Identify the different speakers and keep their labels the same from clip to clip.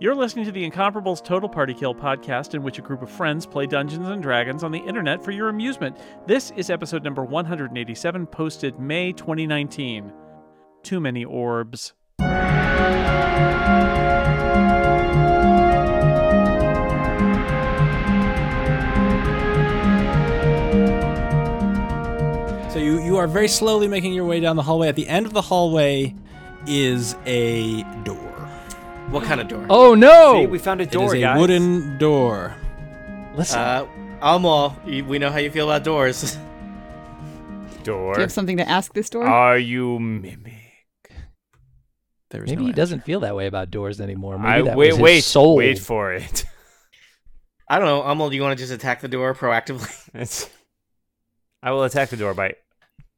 Speaker 1: You're listening to the Incomparables Total Party Kill podcast, in which a group of friends play Dungeons and Dragons on the internet for your amusement. This is episode number 187, posted May 2019. Too many orbs.
Speaker 2: So you, you are very slowly making your way down the hallway. At the end of the hallway is a door.
Speaker 3: What kind of door?
Speaker 4: Oh
Speaker 3: See,
Speaker 4: no!
Speaker 3: we found a
Speaker 2: it is
Speaker 3: door,
Speaker 2: a
Speaker 3: guys.
Speaker 2: wooden door.
Speaker 4: Listen,
Speaker 3: Uh, Almo, you- we know how you feel about doors.
Speaker 5: door.
Speaker 4: do you have something to ask this
Speaker 3: Uh,
Speaker 4: door?
Speaker 5: Are you mimic?
Speaker 2: There is
Speaker 4: Maybe
Speaker 2: no
Speaker 4: he
Speaker 2: answer.
Speaker 4: doesn't feel that way about doors anymore. Maybe
Speaker 5: I
Speaker 4: that
Speaker 5: wait,
Speaker 4: was his
Speaker 5: wait,
Speaker 4: soul.
Speaker 5: wait for it.
Speaker 3: I don't know, Almo. Do you want to just attack the door proactively?
Speaker 5: It's- I will attack the door by.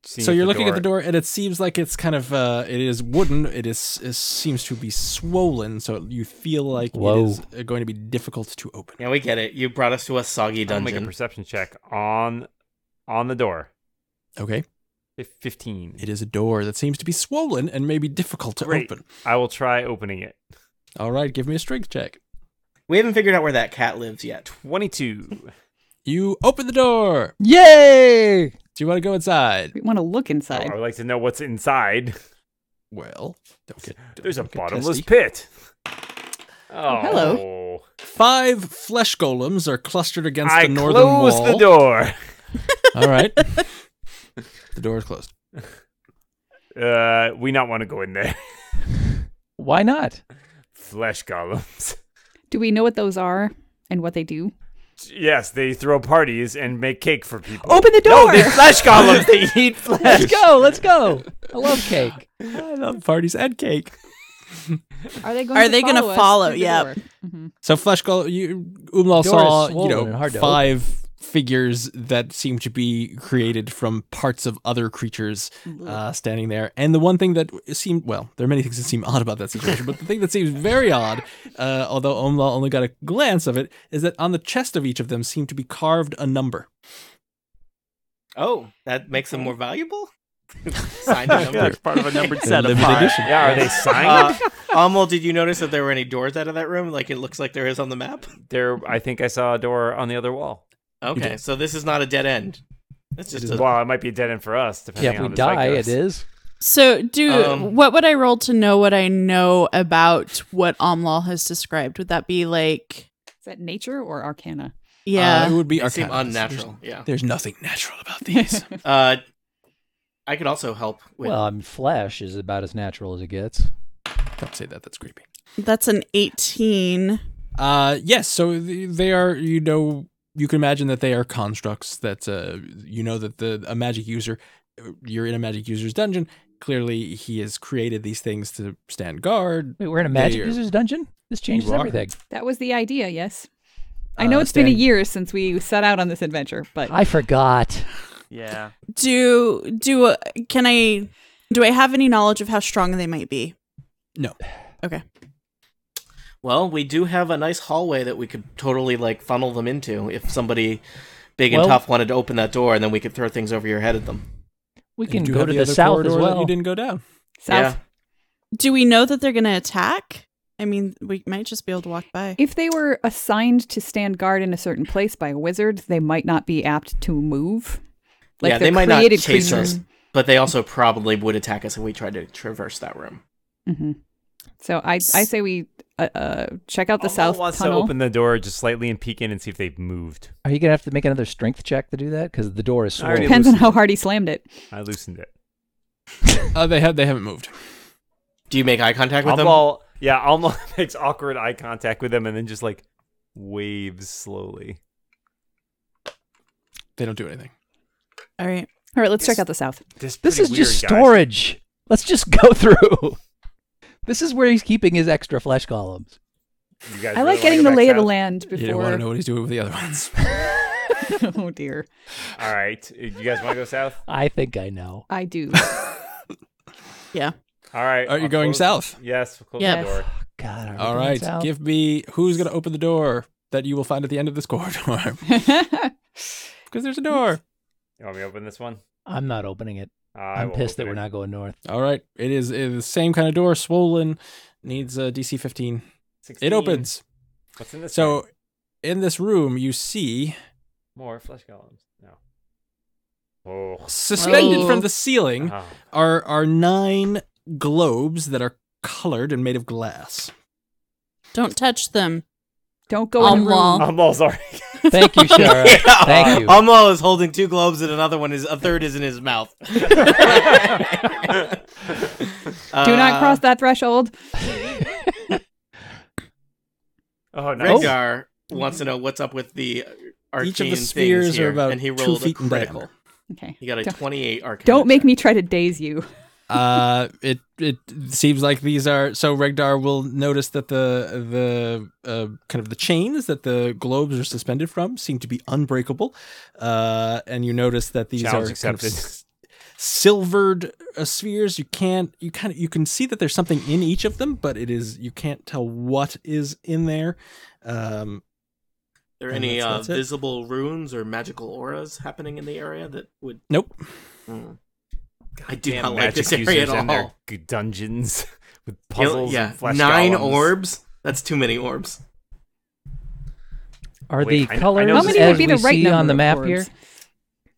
Speaker 5: Seeing
Speaker 2: So
Speaker 5: if
Speaker 2: you're looking at the door, and it seems like it's kind of uh, it is wooden. It is it seems to be swollen, so you feel like
Speaker 4: Whoa.
Speaker 2: it is uh, going to be difficult to open.
Speaker 3: yeah, we get it. You brought us to a soggy
Speaker 5: I'll make a
Speaker 3: dungeon.
Speaker 5: perception check on on the door.
Speaker 2: Okay,
Speaker 5: Fif- Fifteen.
Speaker 2: it is a door that seems to be swollen and maybe difficult to
Speaker 5: Great.
Speaker 2: open.
Speaker 5: I will try opening it.
Speaker 2: All right, give me a strength check.
Speaker 3: we haven't figured out where that cat lives yet.
Speaker 5: Twenty-two. Oh,
Speaker 2: You open the door.
Speaker 4: Yay!
Speaker 2: Do you want to go inside?
Speaker 4: We want to look
Speaker 5: Oh,
Speaker 4: inside.
Speaker 3: uh,
Speaker 5: I would like to know what's inside.
Speaker 2: Well, don't get don't-
Speaker 5: There's a
Speaker 2: don't get
Speaker 5: bottomless
Speaker 2: testy.
Speaker 5: pit. Oh,
Speaker 4: hello.
Speaker 2: Five flesh golems are clustered against
Speaker 5: I
Speaker 2: the northern
Speaker 5: close
Speaker 2: wall.
Speaker 5: the door.
Speaker 2: All right. the door is closed.
Speaker 5: Uh, we not want to go in there.
Speaker 4: Why not?
Speaker 5: Flesh columns.
Speaker 4: Do we know what those are and what they do?
Speaker 5: Yes, they throw parties and make cake for people.
Speaker 4: Open the door!
Speaker 5: No, they flesh columns. They eat flesh.
Speaker 4: let's go! Let's go! I love cake.
Speaker 2: I love parties and cake.
Speaker 4: Are they going?
Speaker 6: Are to they gonna follow us follow? through the Yep.
Speaker 2: So flesh golem, you, Umlal
Speaker 4: Door is
Speaker 2: saw you
Speaker 4: swollen
Speaker 2: know
Speaker 4: and hard to
Speaker 2: five figures that seem to be created from parts of other creatures uh, standing there. And the one thing that seemed well, there are many things that seem odd about that situation, but the thing that seems very odd, uh, although Umlal only got a glance of it, is that on the chest of each of them seemed to be carved a number.
Speaker 3: Oh, that makes them more valuable. Signed a number.
Speaker 1: That's part of a numbered set of
Speaker 2: Limited
Speaker 1: five.
Speaker 2: edition.
Speaker 5: Yeah, are they signed?
Speaker 3: Uh, Almo, did you notice that there were any doors out of that room? Like it looks like there is on the map.
Speaker 5: there, I think I saw a door on the other wall.
Speaker 3: Okay,
Speaker 2: did.
Speaker 3: so this is not a dead end. It's just a,
Speaker 5: Well, it might be a dead end for us, depending
Speaker 4: Yeah, if
Speaker 5: on
Speaker 4: we
Speaker 5: how this
Speaker 4: die,
Speaker 5: fight
Speaker 4: it
Speaker 5: goes.
Speaker 4: is.
Speaker 6: So, do
Speaker 3: Um,
Speaker 6: what would I roll to know what I know about what Omlal has described? Would that be like,
Speaker 4: Is that nature or arcana?
Speaker 2: Uh, it
Speaker 6: yeah,
Speaker 2: would be
Speaker 3: they seem
Speaker 2: arcana. There's-
Speaker 3: unnatural. Yeah.
Speaker 2: There's nothing natural about these.
Speaker 3: Uh, I could also help with.
Speaker 4: Well, I mean, flesh is about as natural as it gets.
Speaker 2: Don't say that. That's creepy.
Speaker 6: that's an eighteen.
Speaker 2: Uh, yes. So th- they are, you know, you can imagine that they are constructs that, uh, you know, that the a magic user, uh, you're in a magic user's dungeon. Clearly, he has created these things to stand guard.
Speaker 4: Wait, we're in a
Speaker 2: Yeah,
Speaker 4: magic
Speaker 2: you're-
Speaker 4: users dungeon. This changes
Speaker 2: are.
Speaker 4: everything.
Speaker 7: That was the idea, yes. I
Speaker 2: Uh,
Speaker 7: know it's been a
Speaker 2: stand-
Speaker 7: year since we set out on this adventure, but
Speaker 4: I forgot.
Speaker 1: Yeah.
Speaker 6: Do do can I do I have any knowledge of how strong they might be?
Speaker 2: No.
Speaker 6: Okay.
Speaker 3: Well, we do have a nice hallway that we could totally like funnel them into if somebody big and
Speaker 4: Well-
Speaker 3: tough wanted to open that door, and then we could throw things over your head at them.
Speaker 4: We
Speaker 2: You
Speaker 4: can
Speaker 2: do
Speaker 4: go
Speaker 2: have
Speaker 4: to the
Speaker 2: other
Speaker 4: south as
Speaker 2: corridor that
Speaker 4: well.
Speaker 2: You didn't go down.
Speaker 7: South,
Speaker 3: Yeah.
Speaker 6: Do we know that they're going to attack? I mean, we might just be able to walk by.
Speaker 7: if they were assigned to stand guard in a certain place by a wizard, they might not be apt to move.
Speaker 3: yeah,
Speaker 7: they're
Speaker 3: they might not
Speaker 7: created
Speaker 3: chase
Speaker 7: creatures.
Speaker 3: us, but they also probably would attack us if we tried to traverse that room.
Speaker 7: hmm So I, I say we uh, uh, check out the
Speaker 5: Alma
Speaker 7: south
Speaker 5: wants
Speaker 7: tunnel.
Speaker 5: to open the door just slightly and peek in and see if they've moved.
Speaker 4: Are you gonna have to make another strength check to do that? Because the door is
Speaker 5: I already
Speaker 4: swollen.
Speaker 7: Depends on
Speaker 5: loosened
Speaker 7: how
Speaker 5: it.
Speaker 7: hard he slammed it.
Speaker 5: I loosened it.
Speaker 2: Uh, they have. They haven't moved.
Speaker 3: Do you make eye contact with them?
Speaker 5: Almal, yeah, Almal makes awkward eye contact with them and then just like waves slowly.
Speaker 2: They don't do anything.
Speaker 6: All right.
Speaker 7: All right, let's check out the south.
Speaker 5: This,
Speaker 4: This is
Speaker 5: pretty
Speaker 4: just
Speaker 5: weird, guys.
Speaker 4: storage. Let's just go through. This is where he's keeping his extra flesh columns.
Speaker 5: You guys
Speaker 7: I
Speaker 5: really
Speaker 7: like
Speaker 5: wanna
Speaker 7: getting
Speaker 5: go
Speaker 7: the
Speaker 5: back
Speaker 7: lay of the
Speaker 5: south?
Speaker 7: land
Speaker 2: You don't want
Speaker 7: before.
Speaker 2: to know what he's doing with the other ones.
Speaker 7: oh dear,
Speaker 5: All right, you guys want to go south?
Speaker 4: I think I know.
Speaker 7: I do.
Speaker 6: Yeah.
Speaker 5: All right.
Speaker 2: Are you
Speaker 5: I'll
Speaker 2: going
Speaker 5: close-
Speaker 2: south?
Speaker 5: Yes, we'll close
Speaker 6: Yes.
Speaker 5: the door.
Speaker 4: God. Are we
Speaker 2: All
Speaker 4: going
Speaker 2: right.
Speaker 4: south?
Speaker 2: Give me who's going to open the door that you will find at the end of this corridor. Because there's a door.
Speaker 5: You want me to open this one?
Speaker 4: I'm not opening it.
Speaker 5: I
Speaker 4: I'm
Speaker 5: will
Speaker 4: pissed that
Speaker 5: open
Speaker 4: we're
Speaker 5: it.
Speaker 4: not going north.
Speaker 2: All right. It is, it is the same kind of door. Swollen. Needs a DC 15.
Speaker 5: 16.
Speaker 2: It opens.
Speaker 5: What's in this?
Speaker 2: So,
Speaker 5: thing?
Speaker 2: in this room, you see
Speaker 5: more flesh golems. No. Oh.
Speaker 2: suspended
Speaker 6: Oh.
Speaker 2: from the ceiling
Speaker 5: Ah.
Speaker 2: are are nine globes that are colored and made of glass.
Speaker 6: Don't touch them.
Speaker 7: Don't go in the
Speaker 6: Omlal.
Speaker 7: room.
Speaker 5: I'm all sorry.
Speaker 4: Thank you, Shara. Thank you.
Speaker 3: Amal is holding two globes and another one is a third is in his mouth. Do
Speaker 7: Do
Speaker 3: Uh,
Speaker 7: not cross that threshold.
Speaker 5: Oh, nice.
Speaker 3: Rengar wants to know what's up with the arcane
Speaker 2: Each of the
Speaker 3: things
Speaker 2: spheres
Speaker 3: here,
Speaker 2: are about
Speaker 3: and he
Speaker 2: two
Speaker 3: rolled
Speaker 2: feet
Speaker 3: a
Speaker 2: in
Speaker 3: critical.
Speaker 2: diameter.
Speaker 7: Okay.
Speaker 3: He got a
Speaker 7: Don't-
Speaker 3: 28 arcane.
Speaker 7: Don't make
Speaker 3: check.
Speaker 7: me try to daze you.
Speaker 2: uh, it it seems like these are so. Regdar will notice that the the uh, kind of the chains that the globes are suspended from seem to be unbreakable, uh, and you notice that these
Speaker 5: Challenge
Speaker 2: are kind of
Speaker 5: accepted.
Speaker 2: s- silvered uh, spheres. You can't you kind of you can see that there's something in each of them, but it is you can't tell what is in there. Um,
Speaker 3: Are there
Speaker 2: And
Speaker 3: any
Speaker 2: that's-
Speaker 3: uh,
Speaker 2: that's it.
Speaker 3: visible runes or magical auras happening in the area that would?
Speaker 2: nope.
Speaker 3: Hmm. I do
Speaker 5: Damn
Speaker 3: not like this
Speaker 5: magic
Speaker 3: area at
Speaker 5: users and their
Speaker 3: all.
Speaker 5: g- dungeons with
Speaker 3: You know,
Speaker 5: puzzles.
Speaker 3: yeah,
Speaker 5: and flesh
Speaker 3: nine
Speaker 5: golems.
Speaker 3: orbs. That's too many orbs.
Speaker 4: Are
Speaker 5: Wait,
Speaker 4: the
Speaker 5: I- I know
Speaker 4: colors
Speaker 5: this- How many would
Speaker 4: as
Speaker 7: be the
Speaker 4: we
Speaker 7: right
Speaker 4: see on
Speaker 7: number
Speaker 4: the
Speaker 7: of
Speaker 4: map
Speaker 7: orbs?
Speaker 4: here?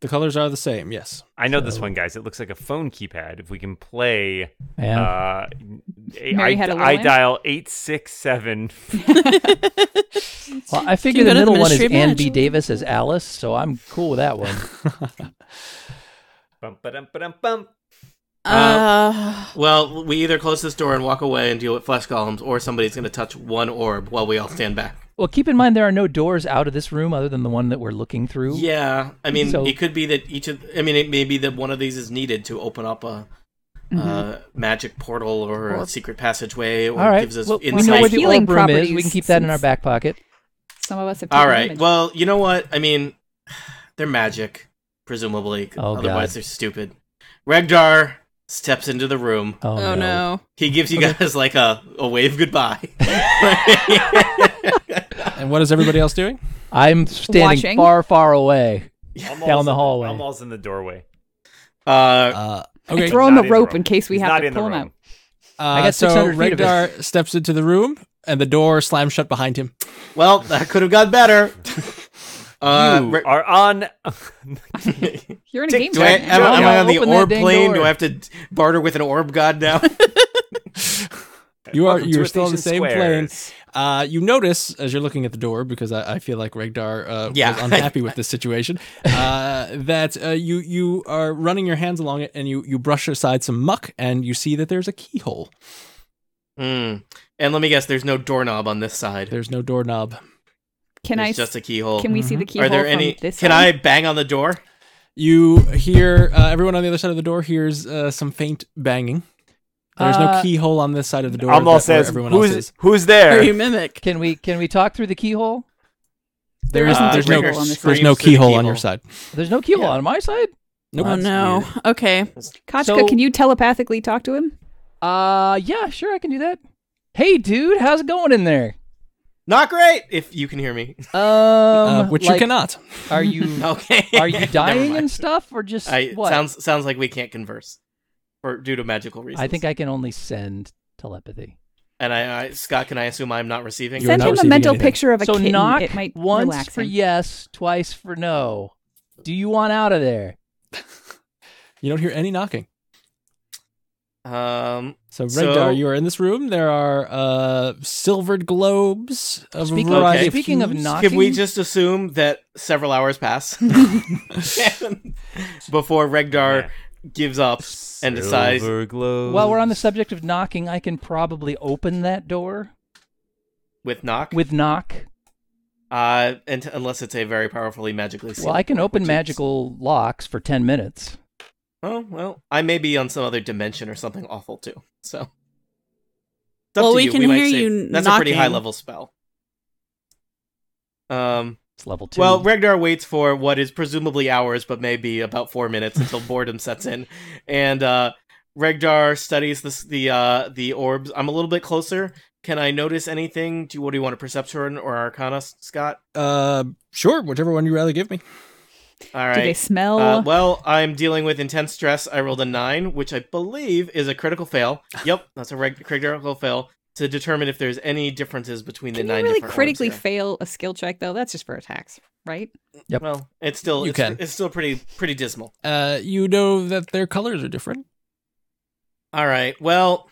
Speaker 2: The colors are the same. Yes.
Speaker 5: I know this
Speaker 4: So-
Speaker 5: one, guys. It looks like a phone keypad. If we can play,
Speaker 4: Yeah.
Speaker 5: uh, a-
Speaker 7: Mary
Speaker 5: I,
Speaker 7: had a
Speaker 5: I
Speaker 7: Lillian?
Speaker 5: dial eight six seven.
Speaker 4: well, I
Speaker 6: you
Speaker 4: figure
Speaker 6: go
Speaker 4: the
Speaker 6: to the
Speaker 4: middle one is
Speaker 6: Ministry of
Speaker 4: Ann B.
Speaker 6: Magic?
Speaker 4: Davis as Alice, so I'm cool with that one.
Speaker 5: Bum, ba-dum, ba-dum, bum.
Speaker 6: Uh,
Speaker 3: Well, we either close this door and walk away and deal with flesh columns, or somebody's going to touch one orb while we all stand back.
Speaker 4: well, keep in mind there are no doors out of this room other than the one that we're looking through.
Speaker 3: Yeah, I mean,
Speaker 4: So-
Speaker 3: it could be that each of. I mean, it may be that one of these is needed to open up a.
Speaker 7: Mm-hmm.
Speaker 4: Mm-hmm.
Speaker 3: Uh, magic portal or, a
Speaker 6: Or-
Speaker 3: secret passageway, or
Speaker 4: All right.
Speaker 3: gives us
Speaker 4: well, we
Speaker 3: insight.
Speaker 4: know where the
Speaker 7: Healing
Speaker 4: orb room is. We
Speaker 7: properties
Speaker 4: can keep that in our
Speaker 7: since-
Speaker 4: back pocket.
Speaker 7: Some of us have.
Speaker 3: All
Speaker 7: taken
Speaker 3: right.
Speaker 7: damage.
Speaker 3: Well, you know what? I mean, they're magic, presumably.
Speaker 4: Oh,
Speaker 3: Otherwise,
Speaker 4: God.
Speaker 3: they're stupid. Regdar steps into the room.
Speaker 4: Oh,
Speaker 6: oh no.
Speaker 3: He gives you guys like a, a wave goodbye.
Speaker 2: And what is everybody else doing?
Speaker 4: I'm standing
Speaker 7: Watching.
Speaker 4: far, far away.
Speaker 5: I'm
Speaker 4: Down
Speaker 5: all's
Speaker 4: the
Speaker 5: in
Speaker 4: hallway.
Speaker 5: I'm all's in the doorway.
Speaker 3: uh,
Speaker 2: Uh,
Speaker 7: I
Speaker 2: okay.
Speaker 7: throw
Speaker 5: He's
Speaker 7: him
Speaker 5: not
Speaker 7: a
Speaker 5: in the
Speaker 7: rope
Speaker 5: room.
Speaker 7: in case we
Speaker 5: He's
Speaker 7: have
Speaker 5: not
Speaker 7: to
Speaker 5: in the
Speaker 7: pull him out.
Speaker 5: room.
Speaker 2: Uh,
Speaker 4: got
Speaker 2: so
Speaker 4: 600 feet of it.
Speaker 2: Regdar steps into the room, and the door slams shut behind him.
Speaker 3: well, that could have got better. Uh,
Speaker 5: you
Speaker 3: Re-
Speaker 5: are on.
Speaker 7: You're in a game.
Speaker 3: do I,
Speaker 7: right
Speaker 3: am,
Speaker 7: now.
Speaker 3: am I
Speaker 4: Yeah,
Speaker 3: on the
Speaker 4: open that
Speaker 3: orb
Speaker 4: dang
Speaker 3: plane?
Speaker 4: door.
Speaker 3: Do I have to barter with an orb god now?
Speaker 2: You are
Speaker 5: Welcome to
Speaker 2: you are still on the
Speaker 5: Athenian
Speaker 2: same
Speaker 5: Squares.
Speaker 2: plane. Uh, you notice as you're looking at the door because I, I feel like Regdar uh,
Speaker 3: Yeah.
Speaker 2: was unhappy with this situation. Uh, that uh, you you are running your hands along it, and you you brush aside some muck, and you see that there's a keyhole.
Speaker 3: Mm. And let me guess, there's no doorknob on this side.
Speaker 2: There's no doorknob.
Speaker 7: Can I?
Speaker 3: There's just a keyhole.
Speaker 7: Can we see the keyhole
Speaker 3: Are there any?
Speaker 7: from this
Speaker 3: Can I
Speaker 7: side?
Speaker 3: bang on the door?
Speaker 2: You hear uh, everyone on the other side of the door hears uh, some faint banging. There's no
Speaker 4: Uh,
Speaker 2: keyhole on this side of the door.
Speaker 5: Amal
Speaker 2: that- where
Speaker 5: says,
Speaker 2: everyone
Speaker 5: "Who's
Speaker 2: else is.
Speaker 5: who's
Speaker 6: Are you
Speaker 5: there?"
Speaker 6: mimic?
Speaker 4: Can we can we talk through the keyhole?
Speaker 2: There
Speaker 7: Uh,
Speaker 2: isn't. there's no.
Speaker 7: Regdar
Speaker 2: There's
Speaker 3: screams
Speaker 2: no
Speaker 3: through the
Speaker 2: keyhole on your
Speaker 3: keyhole.
Speaker 2: side.
Speaker 4: There's no keyhole
Speaker 3: Yeah.
Speaker 4: on my side.
Speaker 2: Nope.
Speaker 6: oh no. Okay.
Speaker 7: Kachka,
Speaker 4: So-
Speaker 7: can you telepathically talk to him?
Speaker 4: Uh, yeah, sure, I can do that. Hey, dude, how's it going in there?
Speaker 3: Not great. If you can hear me.
Speaker 4: Um,
Speaker 2: Uh, which you
Speaker 4: like,
Speaker 2: cannot.
Speaker 4: Are you
Speaker 3: Okay.
Speaker 4: are you
Speaker 3: Never
Speaker 4: dying
Speaker 3: mind.
Speaker 4: and stuff, or just
Speaker 3: I,
Speaker 4: what?
Speaker 3: sounds sounds like we can't converse, for due to magical reasons.
Speaker 4: I think I can only send telepathy.
Speaker 3: and I, I Scott. Can I assume I'm not receiving?
Speaker 2: You're
Speaker 7: Send
Speaker 2: not
Speaker 7: him a
Speaker 2: receiving
Speaker 7: mental
Speaker 2: anything.
Speaker 7: picture of a
Speaker 4: so
Speaker 7: kitten.
Speaker 4: knock
Speaker 7: it might
Speaker 4: once
Speaker 7: relax
Speaker 4: for
Speaker 7: him.
Speaker 4: yes, twice for no. Do you want out of there?
Speaker 2: You don't hear any knocking.
Speaker 3: Um.
Speaker 2: So Regdar,
Speaker 3: So-
Speaker 2: you are in this room. There are uh, silvered globes of
Speaker 4: Speaking
Speaker 2: a
Speaker 4: of-
Speaker 2: variety of
Speaker 4: speaking of
Speaker 2: hues.
Speaker 4: knock-
Speaker 3: Can we
Speaker 4: Knocking?
Speaker 3: just assume that several hours pass before Regdar
Speaker 5: Yeah.
Speaker 3: gives up and decides?
Speaker 5: Silver glows.
Speaker 4: While we're on the subject of knocking, I can probably open that door
Speaker 3: With knock,
Speaker 4: with knock.
Speaker 3: uh, and unless it's a very powerfully magically sealed.
Speaker 4: Well, I can
Speaker 3: door,
Speaker 4: open
Speaker 3: which is-
Speaker 4: magical locks for ten minutes.
Speaker 3: Oh well, I may be on some other dimension or something awful too. So, It's up
Speaker 6: Well,
Speaker 3: to
Speaker 6: we can
Speaker 3: might
Speaker 6: hear
Speaker 3: save-
Speaker 6: you
Speaker 3: That's a pretty
Speaker 6: knocking.
Speaker 3: high level spell. Um.
Speaker 4: It's level two.
Speaker 3: Well, Regnar waits for what is presumably hours, but maybe about four minutes until boredom sets in, and uh, Regdar studies this, the uh, the orbs. I'm a little bit closer. Can I notice anything? Do you, what do you want a perception or arcana, Scott?
Speaker 2: Uh, sure, whichever one you rather give me.
Speaker 3: All
Speaker 7: Do they
Speaker 3: right.
Speaker 7: smell?
Speaker 3: Uh, well, I'm dealing with intense stress. I rolled a nine, which I believe is a critical fail. Yep, that's a reg- critical fail. to determine if there's any differences between the
Speaker 7: Can you
Speaker 3: nine
Speaker 7: really
Speaker 3: different orbs
Speaker 7: critically
Speaker 3: here.
Speaker 7: fail a skill check though? That's just for attacks, right?
Speaker 4: Yep.
Speaker 3: Well, it's still
Speaker 2: You
Speaker 3: it's,
Speaker 2: can.
Speaker 3: it's still pretty pretty dismal.
Speaker 2: Uh, you know that their colors are different.
Speaker 3: All right. Well,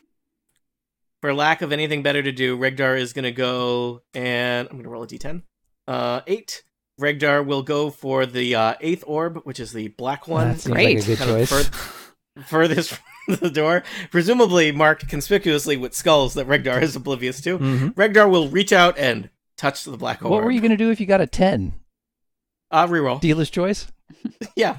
Speaker 3: for lack of anything better to do, Regdar is going to go and I'm going to roll a d10. Uh, eight. Regdar will go for the uh, eighth orb, which is the black one.
Speaker 4: that seems
Speaker 7: great.
Speaker 4: like a good
Speaker 3: kind of
Speaker 4: choice.
Speaker 3: fur- furthest from the door, presumably marked conspicuously with skulls that Regdar is oblivious
Speaker 7: Hmm?
Speaker 3: to.
Speaker 2: Mm-hmm.
Speaker 3: Regdar will reach out and touch the black orb.
Speaker 4: What were you going to do if you got a 10?
Speaker 3: Uh, reroll.
Speaker 4: Dealer's choice?
Speaker 3: yeah.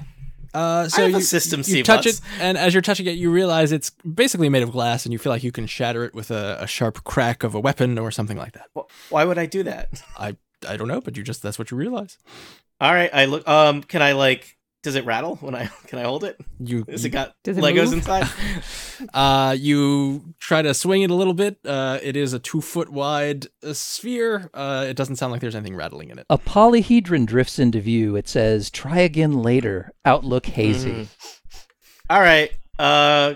Speaker 2: Uh, so
Speaker 3: have a
Speaker 2: you,
Speaker 3: system
Speaker 2: you
Speaker 3: C
Speaker 2: touch
Speaker 3: bus.
Speaker 2: it, and as you're touching it, you realize it's basically made of glass, and you feel like you can shatter it with a, a sharp crack of a weapon or something like that.
Speaker 3: Wh- Why would I do that?
Speaker 2: I don't know, but you just that's what you realize.
Speaker 3: All right. I look. Um. Can I like? Does it rattle when I can I hold it?
Speaker 2: You
Speaker 3: Has it got
Speaker 7: Mm. Does it
Speaker 3: Legos
Speaker 7: move?
Speaker 3: inside?
Speaker 2: Uh, you try to swing it a little bit. Uh, it is a two foot wide uh, sphere. Uh, it doesn't sound like there's anything rattling in it.
Speaker 4: A polyhedron drifts into view. It says, try again later. Outlook hazy.
Speaker 3: Mhm. All right. Uh,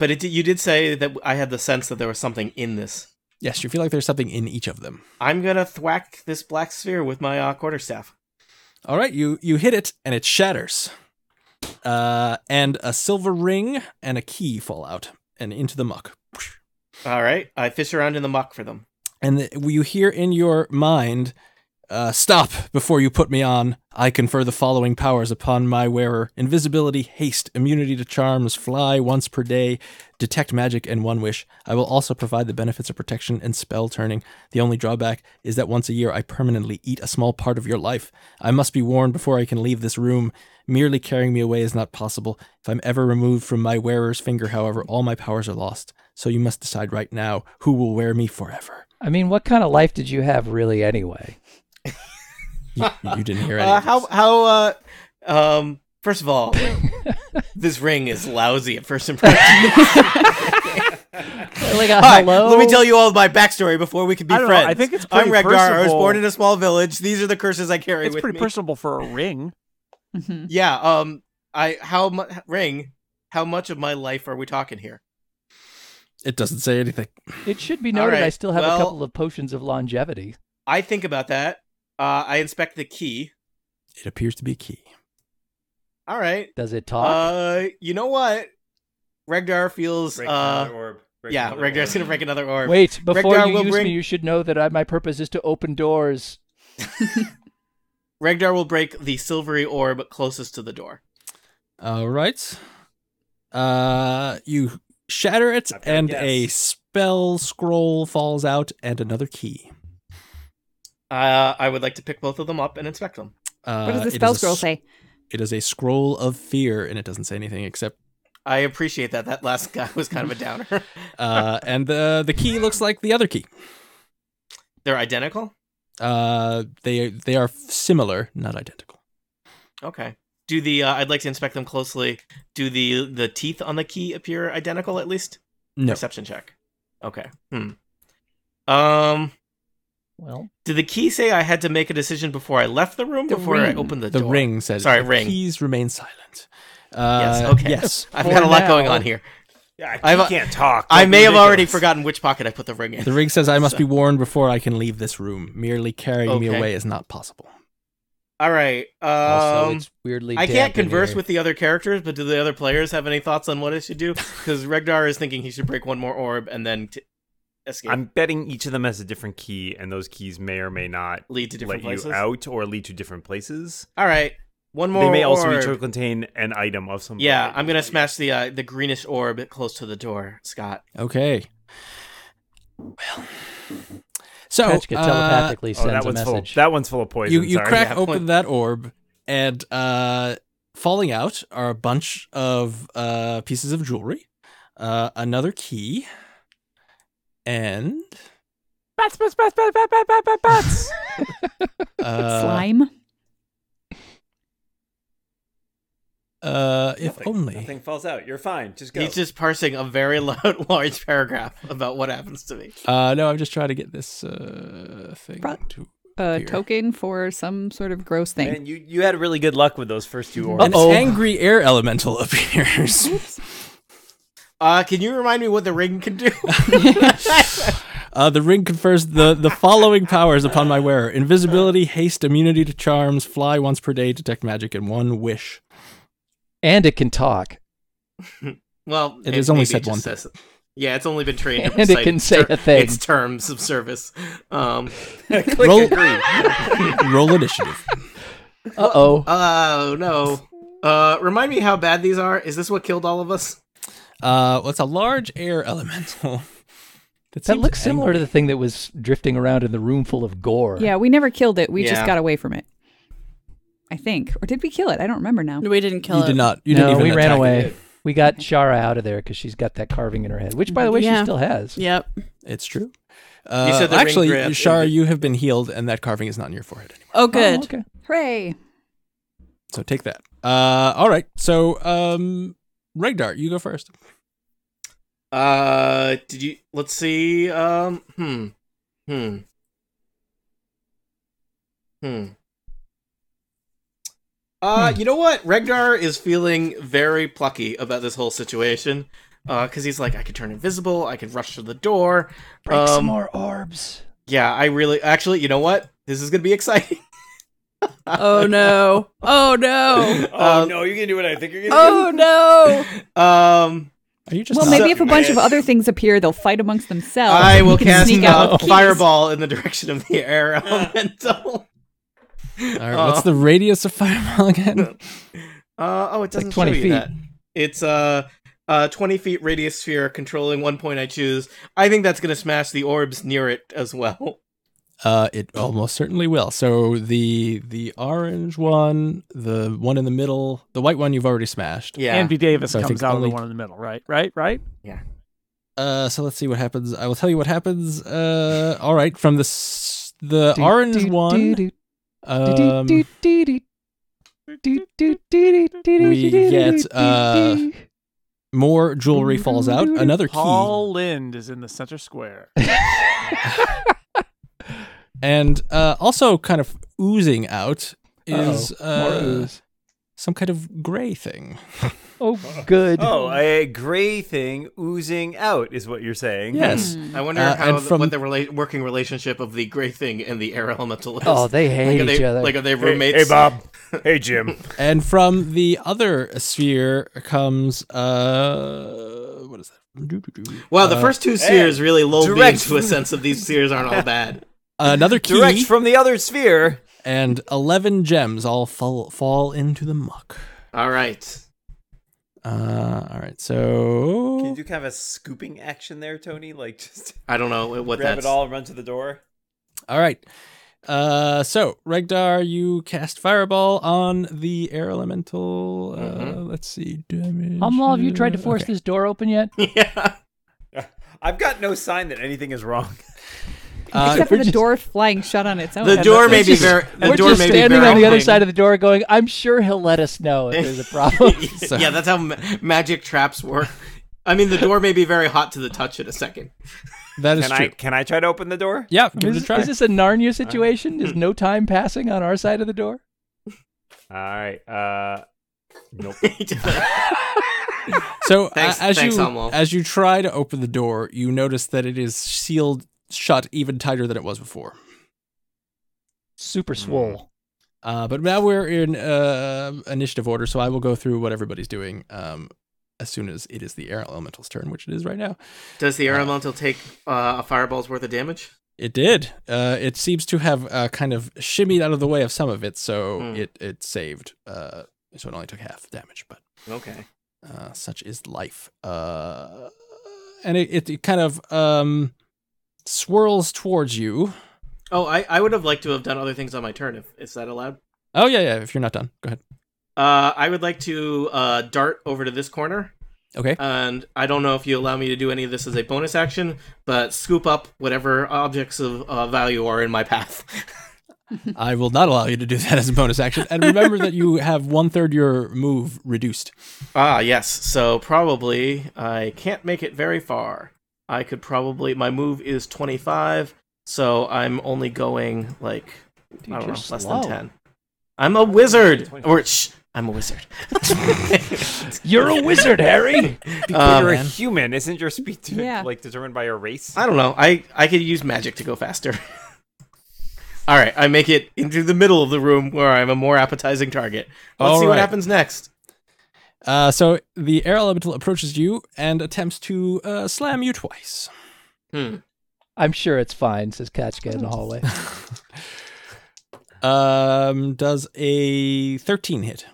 Speaker 3: but it did, you did say that I had the sense that there was something in this.
Speaker 2: Yes, you feel like there's something in each of them.
Speaker 3: I'm gonna thwack this black sphere with my uh, quarterstaff.
Speaker 2: All right, you you hit it and it shatters. Uh, and a silver ring and a key fall out and into the muck.
Speaker 3: All right. I fish around in the muck for them.
Speaker 2: And the, you hear in your mind, uh, "Stop before you put me on. I confer the following powers upon my wearer: invisibility, haste, immunity to charms, fly once per day, detect magic, and one wish. I will also provide the benefits of protection and spell turning. The only drawback is that once a year I permanently eat a small part of your life. I must be warned before I can leave this room. Merely carrying me away is not possible. If I'm ever removed from my wearer's finger, however, all my powers are lost. So you must decide right now who will wear me forever."
Speaker 4: I mean, what kind of life did you have really anyway?
Speaker 2: you, you didn't hear any.
Speaker 3: Uh,
Speaker 2: of
Speaker 3: how
Speaker 2: this.
Speaker 3: how uh, um first of all, this ring is lousy at first impression.
Speaker 4: Like a
Speaker 3: Hi,
Speaker 4: hello?
Speaker 3: let me tell you all my backstory before we can be
Speaker 1: I don't know,
Speaker 3: friends.
Speaker 1: I think it's
Speaker 3: I'm
Speaker 1: pretty
Speaker 3: Regdar. I was
Speaker 1: personable.
Speaker 3: born in a small village. These are the curses I carry
Speaker 1: It's
Speaker 3: with
Speaker 1: pretty
Speaker 3: me.
Speaker 1: personable for a ring.
Speaker 7: Mm-hmm.
Speaker 3: Yeah. Um. I how mu- ring? How much of my life are we talking here?
Speaker 2: it doesn't say anything.
Speaker 4: It should be
Speaker 3: All
Speaker 4: noted I
Speaker 3: right,
Speaker 4: still have
Speaker 3: well-
Speaker 4: a couple of potions of longevity.
Speaker 3: I think about that. Uh, I inspect the key.
Speaker 2: It appears to be a key.
Speaker 3: All right.
Speaker 4: Does it talk?
Speaker 3: Uh, you know what? Regdar feels.
Speaker 5: Break
Speaker 3: uh,
Speaker 5: another orb. Break
Speaker 3: yeah,
Speaker 5: another
Speaker 3: Regdar's
Speaker 5: orb.
Speaker 3: gonna break another orb.
Speaker 4: Wait, before
Speaker 3: Rekdar
Speaker 4: you
Speaker 3: Uh, will
Speaker 4: use
Speaker 3: bring-
Speaker 4: me, you should know that I, my purpose is to open doors.
Speaker 3: Regdar will break the silvery orb closest to the door.
Speaker 2: All right. Uh, you shatter it,
Speaker 5: I've got a
Speaker 2: and
Speaker 5: guess.
Speaker 2: a spell scroll falls out, and another key.
Speaker 3: Uh, I would like to pick both of them up and inspect them.
Speaker 2: Uh,
Speaker 7: What does
Speaker 2: it
Speaker 7: the
Speaker 2: is
Speaker 7: spell
Speaker 2: a
Speaker 7: scroll
Speaker 2: s-
Speaker 7: say?
Speaker 2: It is a scroll of fear, and it doesn't say anything except.
Speaker 3: I appreciate that. That last guy was kind of a downer.
Speaker 2: Uh, and the the key looks like the other key.
Speaker 3: They're identical.
Speaker 2: Uh, they they are similar, not identical.
Speaker 3: Okay. Do the uh, I'd like to inspect them closely. Do the the teeth on the key appear identical at least?
Speaker 2: No,
Speaker 3: Perception check. Okay. Hmm. Um.
Speaker 4: Well,
Speaker 3: Did the key say I had to make a decision before I left the room?
Speaker 7: The
Speaker 3: before I
Speaker 7: ring.
Speaker 3: opened the,
Speaker 2: the
Speaker 3: door?
Speaker 2: ring says.
Speaker 3: Sorry,
Speaker 2: the
Speaker 3: ring.
Speaker 2: Keys remain silent. Uh,
Speaker 3: Yes. Okay.
Speaker 2: Yes.
Speaker 3: I've
Speaker 4: For
Speaker 3: got a lot
Speaker 4: now.
Speaker 3: going on here.
Speaker 5: Yeah, I,
Speaker 3: I've- uh,
Speaker 5: he can't talk.
Speaker 3: I
Speaker 5: That'd be
Speaker 3: may have already
Speaker 5: ridiculous.
Speaker 3: forgotten which pocket I put the ring in.
Speaker 2: The ring says, I must
Speaker 3: So-
Speaker 2: be warned before I can leave this room. Merely carrying me
Speaker 3: Okay.
Speaker 2: away is not possible.
Speaker 3: All right.
Speaker 4: also,
Speaker 3: Um,
Speaker 4: it's weirdly.
Speaker 3: I can't
Speaker 4: damp in
Speaker 3: converse
Speaker 4: here.
Speaker 3: with the other characters, but do the other players have any thoughts on what I should do? Because Regdar is thinking he should break one more orb and then t- escape,
Speaker 5: I'm betting each of them has a different key, and those keys may or may not
Speaker 3: lead to
Speaker 5: let
Speaker 3: different places.
Speaker 5: you out or lead to different places.
Speaker 3: All right. One more.
Speaker 5: they may also
Speaker 3: orb.
Speaker 5: each contain an item of some.
Speaker 3: Yeah, I'm gonna smash the uh, the greenish orb close to the door, Scott.
Speaker 2: Okay. Well. So,
Speaker 4: Kachka
Speaker 2: uh,
Speaker 4: telepathically
Speaker 5: Oh,
Speaker 4: sends
Speaker 5: that
Speaker 4: a
Speaker 5: one's full.
Speaker 4: message.
Speaker 5: That one's full of poison.
Speaker 2: you, you
Speaker 5: sorry.
Speaker 2: crack
Speaker 3: Yeah,
Speaker 2: open
Speaker 3: point.
Speaker 2: that orb, and uh, falling out are a bunch of uh, pieces of jewelry, uh, another key, and.
Speaker 1: Bats, bats, bats, bats, bats, bats, bats, bats.
Speaker 2: Uh,
Speaker 7: Slime.
Speaker 2: Uh, if
Speaker 5: Nothing-
Speaker 2: only.
Speaker 5: nothing falls out. You're fine. Just go.
Speaker 3: He's just parsing a very loud, large paragraph about what happens to me.
Speaker 2: Uh, no, I'm just trying to get this uh, thing
Speaker 7: Pro-
Speaker 2: to.
Speaker 7: A
Speaker 2: here.
Speaker 7: token for some sort of gross thing.
Speaker 5: Man, you you had really good luck with those first two orbs.
Speaker 2: An
Speaker 4: Uh-oh.
Speaker 2: angry air elemental appears.
Speaker 3: Uh, can you remind me what the ring can do?
Speaker 2: Uh, the ring confers the, the following powers upon my wearer invisibility, haste, immunity to charms, fly once per day, detect magic, and one wish.
Speaker 4: And it can talk.
Speaker 3: Well,
Speaker 2: It has only
Speaker 3: maybe
Speaker 2: said
Speaker 3: just
Speaker 2: one
Speaker 3: says- Yeah, it's only been trained to
Speaker 4: And it
Speaker 3: recite
Speaker 4: can say a thing.
Speaker 3: Its terms of service. Um,
Speaker 2: Roll, roll initiative.
Speaker 4: Uh oh.
Speaker 3: oh no! Uh, remind me how bad these are. Is this what killed all of us?
Speaker 2: Uh, what's a large air elemental?
Speaker 4: That
Speaker 2: seems
Speaker 4: looks similar
Speaker 2: angry.
Speaker 4: to the thing that was drifting around in the room full of gore.
Speaker 7: Yeah, we never killed it. We
Speaker 3: Yeah.
Speaker 7: just got away from it. I think. Or did we kill it? I don't remember now.
Speaker 6: We didn't kill
Speaker 2: You
Speaker 6: it.
Speaker 2: did not. You
Speaker 4: no,
Speaker 2: didn't even
Speaker 4: we ran
Speaker 2: attack it.
Speaker 4: away. We got Shara out of there because she's got that carving in her head, which, by the way,
Speaker 6: Yeah.
Speaker 4: she still has.
Speaker 6: Yep.
Speaker 2: It's true. Uh,
Speaker 3: said the ring
Speaker 2: actually,
Speaker 3: grip.
Speaker 2: Shara, you have been healed, and that carving is not on your forehead anymore.
Speaker 6: Oh,
Speaker 4: Oh,
Speaker 6: good.
Speaker 4: okay.
Speaker 7: Hooray.
Speaker 2: So take that. Uh, all right. So, um, Regdar, you go first.
Speaker 3: Uh, did you? Let's see. Um, hmm, hmm, hmm.
Speaker 4: Hmm.
Speaker 3: Uh, you know what? Regdar is feeling very plucky about this whole situation. Uh, because he's like, I could turn invisible. I could rush to the door.
Speaker 4: Break
Speaker 3: Um,
Speaker 4: some more orbs.
Speaker 3: Yeah, I really, actually, you know what? This is gonna be exciting.
Speaker 6: Oh no. Oh no.
Speaker 5: Oh
Speaker 3: Um,
Speaker 5: no, you're gonna do what I think you're gonna
Speaker 6: Oh no.
Speaker 3: Um,
Speaker 2: Are you just
Speaker 7: Well,
Speaker 2: not-
Speaker 7: maybe if a bunch of other things appear, they'll fight amongst themselves.
Speaker 3: I
Speaker 7: and Oh, we
Speaker 3: will
Speaker 7: can
Speaker 3: cast
Speaker 7: sneak
Speaker 3: a
Speaker 7: out. keys.
Speaker 3: fireball in the direction of the air elemental.
Speaker 2: All right, what's the radius of fireball again?
Speaker 3: Uh, oh, it doesn't
Speaker 4: 20
Speaker 3: show you
Speaker 4: feet.
Speaker 3: that. It's uh, uh, 20 feet radius sphere controlling one point I choose. I think that's going to smash the orbs near it as well.
Speaker 2: Uh, it almost certainly will. So the the orange one, the one in the middle, the white one you've already smashed.
Speaker 3: Yeah.
Speaker 1: Andy Davis
Speaker 2: So I
Speaker 1: comes
Speaker 2: think
Speaker 1: out of
Speaker 2: only-
Speaker 1: the one in the middle, right? Right? Right?
Speaker 2: Uh, so let's see what happens. I will tell you what happens. Uh, all right, from the s- the orange one. um, we get, uh, more jewelry falls out. Another key,
Speaker 1: Paul Lind is in the center square.
Speaker 2: and uh, also kind of oozing out is
Speaker 4: Uh-oh, more
Speaker 2: uh,
Speaker 4: ooze.
Speaker 2: some kind of gray thing.
Speaker 4: Oh, good.
Speaker 5: Oh, a gray thing oozing out is what you're saying.
Speaker 2: Yes.
Speaker 3: I wonder
Speaker 2: Uh,
Speaker 3: how
Speaker 2: and
Speaker 3: the,
Speaker 2: from-
Speaker 3: what the rela- working relationship of the gray thing and the air elemental is.
Speaker 4: Oh, they hate
Speaker 3: like, are they,
Speaker 4: each other.
Speaker 3: Like, are they
Speaker 5: Hey,
Speaker 3: roommates?
Speaker 5: Hmm. hey, Bob. Hey Jim.
Speaker 2: And from the other sphere comes uh what is that?
Speaker 3: Wow, the
Speaker 2: Uh,
Speaker 3: first two spheres really lulled me
Speaker 5: direct-
Speaker 3: into a sense of these spheres aren't all bad.
Speaker 2: another key
Speaker 5: Direct from the other sphere.
Speaker 2: and 11 gems all fall fall into the muck.
Speaker 3: All right.
Speaker 2: Uh all right. So
Speaker 5: Can you do kind of a scooping action there, Tony? Like just
Speaker 3: I don't know what
Speaker 5: grab
Speaker 3: that's.
Speaker 5: it all and run to the door.
Speaker 2: All right. Uh, so Regdar, you cast Fireball on the Air Elemental. Uh,
Speaker 5: Mm-hmm.
Speaker 3: Mhm.
Speaker 2: Let's see, damage.
Speaker 4: Amlal, have you tried to force
Speaker 2: Okay.
Speaker 4: this door open yet?
Speaker 3: Yeah.
Speaker 5: I've got no sign that anything is wrong.
Speaker 2: Uh,
Speaker 7: Except for
Speaker 2: we're
Speaker 7: the
Speaker 2: just-
Speaker 7: door flying shut on its own.
Speaker 3: The door may
Speaker 4: It's
Speaker 3: be
Speaker 4: just-
Speaker 3: very. The
Speaker 4: We're
Speaker 3: door
Speaker 4: just
Speaker 3: may be
Speaker 4: standing
Speaker 3: very
Speaker 4: on the other
Speaker 3: open.
Speaker 4: side of the door, going, "I'm sure he'll let us know if there's a problem."
Speaker 2: So-
Speaker 3: yeah, that's how ma- magic traps work. I mean, the door may be very hot to the touch in a second.
Speaker 2: That is
Speaker 5: Can I
Speaker 2: true.
Speaker 5: can I try to open the door?
Speaker 2: Yeah, give it
Speaker 4: Is,
Speaker 2: a try.
Speaker 4: is this a Narnia situation? Is no time passing on our side of the door?
Speaker 5: All right. Uh, nope.
Speaker 2: so uh,
Speaker 3: Thanks-
Speaker 2: as
Speaker 3: thanks,
Speaker 2: you
Speaker 3: Amlal.
Speaker 2: as you try to open the door, you notice that it is sealed shut even tighter than it was before.
Speaker 3: Hmm.
Speaker 4: Super swole.
Speaker 2: Uh, but now we're in uh, initiative order, so I will go through what everybody's doing um, as soon as it is the air elemental's turn, which it is right now.
Speaker 3: Does the air elemental take uh, a fireball's worth of damage?
Speaker 2: It did. Uh, it seems to have uh, kind of shimmied out of the way of some of it, so
Speaker 3: Hmm.
Speaker 2: it it saved. Uh, so it only took half damage, but
Speaker 3: Okay.
Speaker 2: uh, such is life. Uh, and it, it, it kind of um, swirls towards you.
Speaker 3: Oh, I, I would have liked to have done other things on my turn. If is that allowed?
Speaker 2: Oh yeah, yeah. If you're not done, go ahead.
Speaker 3: Uh, I would like to uh, dart over to this corner,
Speaker 2: Okay.
Speaker 3: and I don't know if you allow me to do any of this as a bonus action, but scoop up whatever objects of uh, value are in my path.
Speaker 2: I will not allow you to do that as a bonus action. And remember that you have one third your move reduced.
Speaker 3: Ah, yes. So probably I can't make it very far. I could probably my move is 25, so I'm only going like
Speaker 4: Dude,
Speaker 3: I don't
Speaker 4: you're
Speaker 3: know, less
Speaker 4: slow.
Speaker 3: than 10. I'm a wizard.
Speaker 5: 25.
Speaker 3: Or shh, I'm a wizard.
Speaker 4: You're a wizard, Harry.
Speaker 3: Um,
Speaker 5: Because
Speaker 3: Uh,
Speaker 5: you're a
Speaker 4: man.
Speaker 5: human, isn't your speed to,
Speaker 7: Yeah.
Speaker 5: like determined by your race?
Speaker 3: I don't know. I I could use magic to go faster. All right, I make it into the middle of the room where I'm a more appetizing target. Let's
Speaker 2: All
Speaker 3: see what
Speaker 2: right.
Speaker 3: happens next.
Speaker 2: Uh, so the air elemental approaches you and attempts to uh, slam you twice.
Speaker 3: Hmm.
Speaker 4: I'm sure it's fine, says Katchka in the hallway.
Speaker 2: Um, does a 13 hit.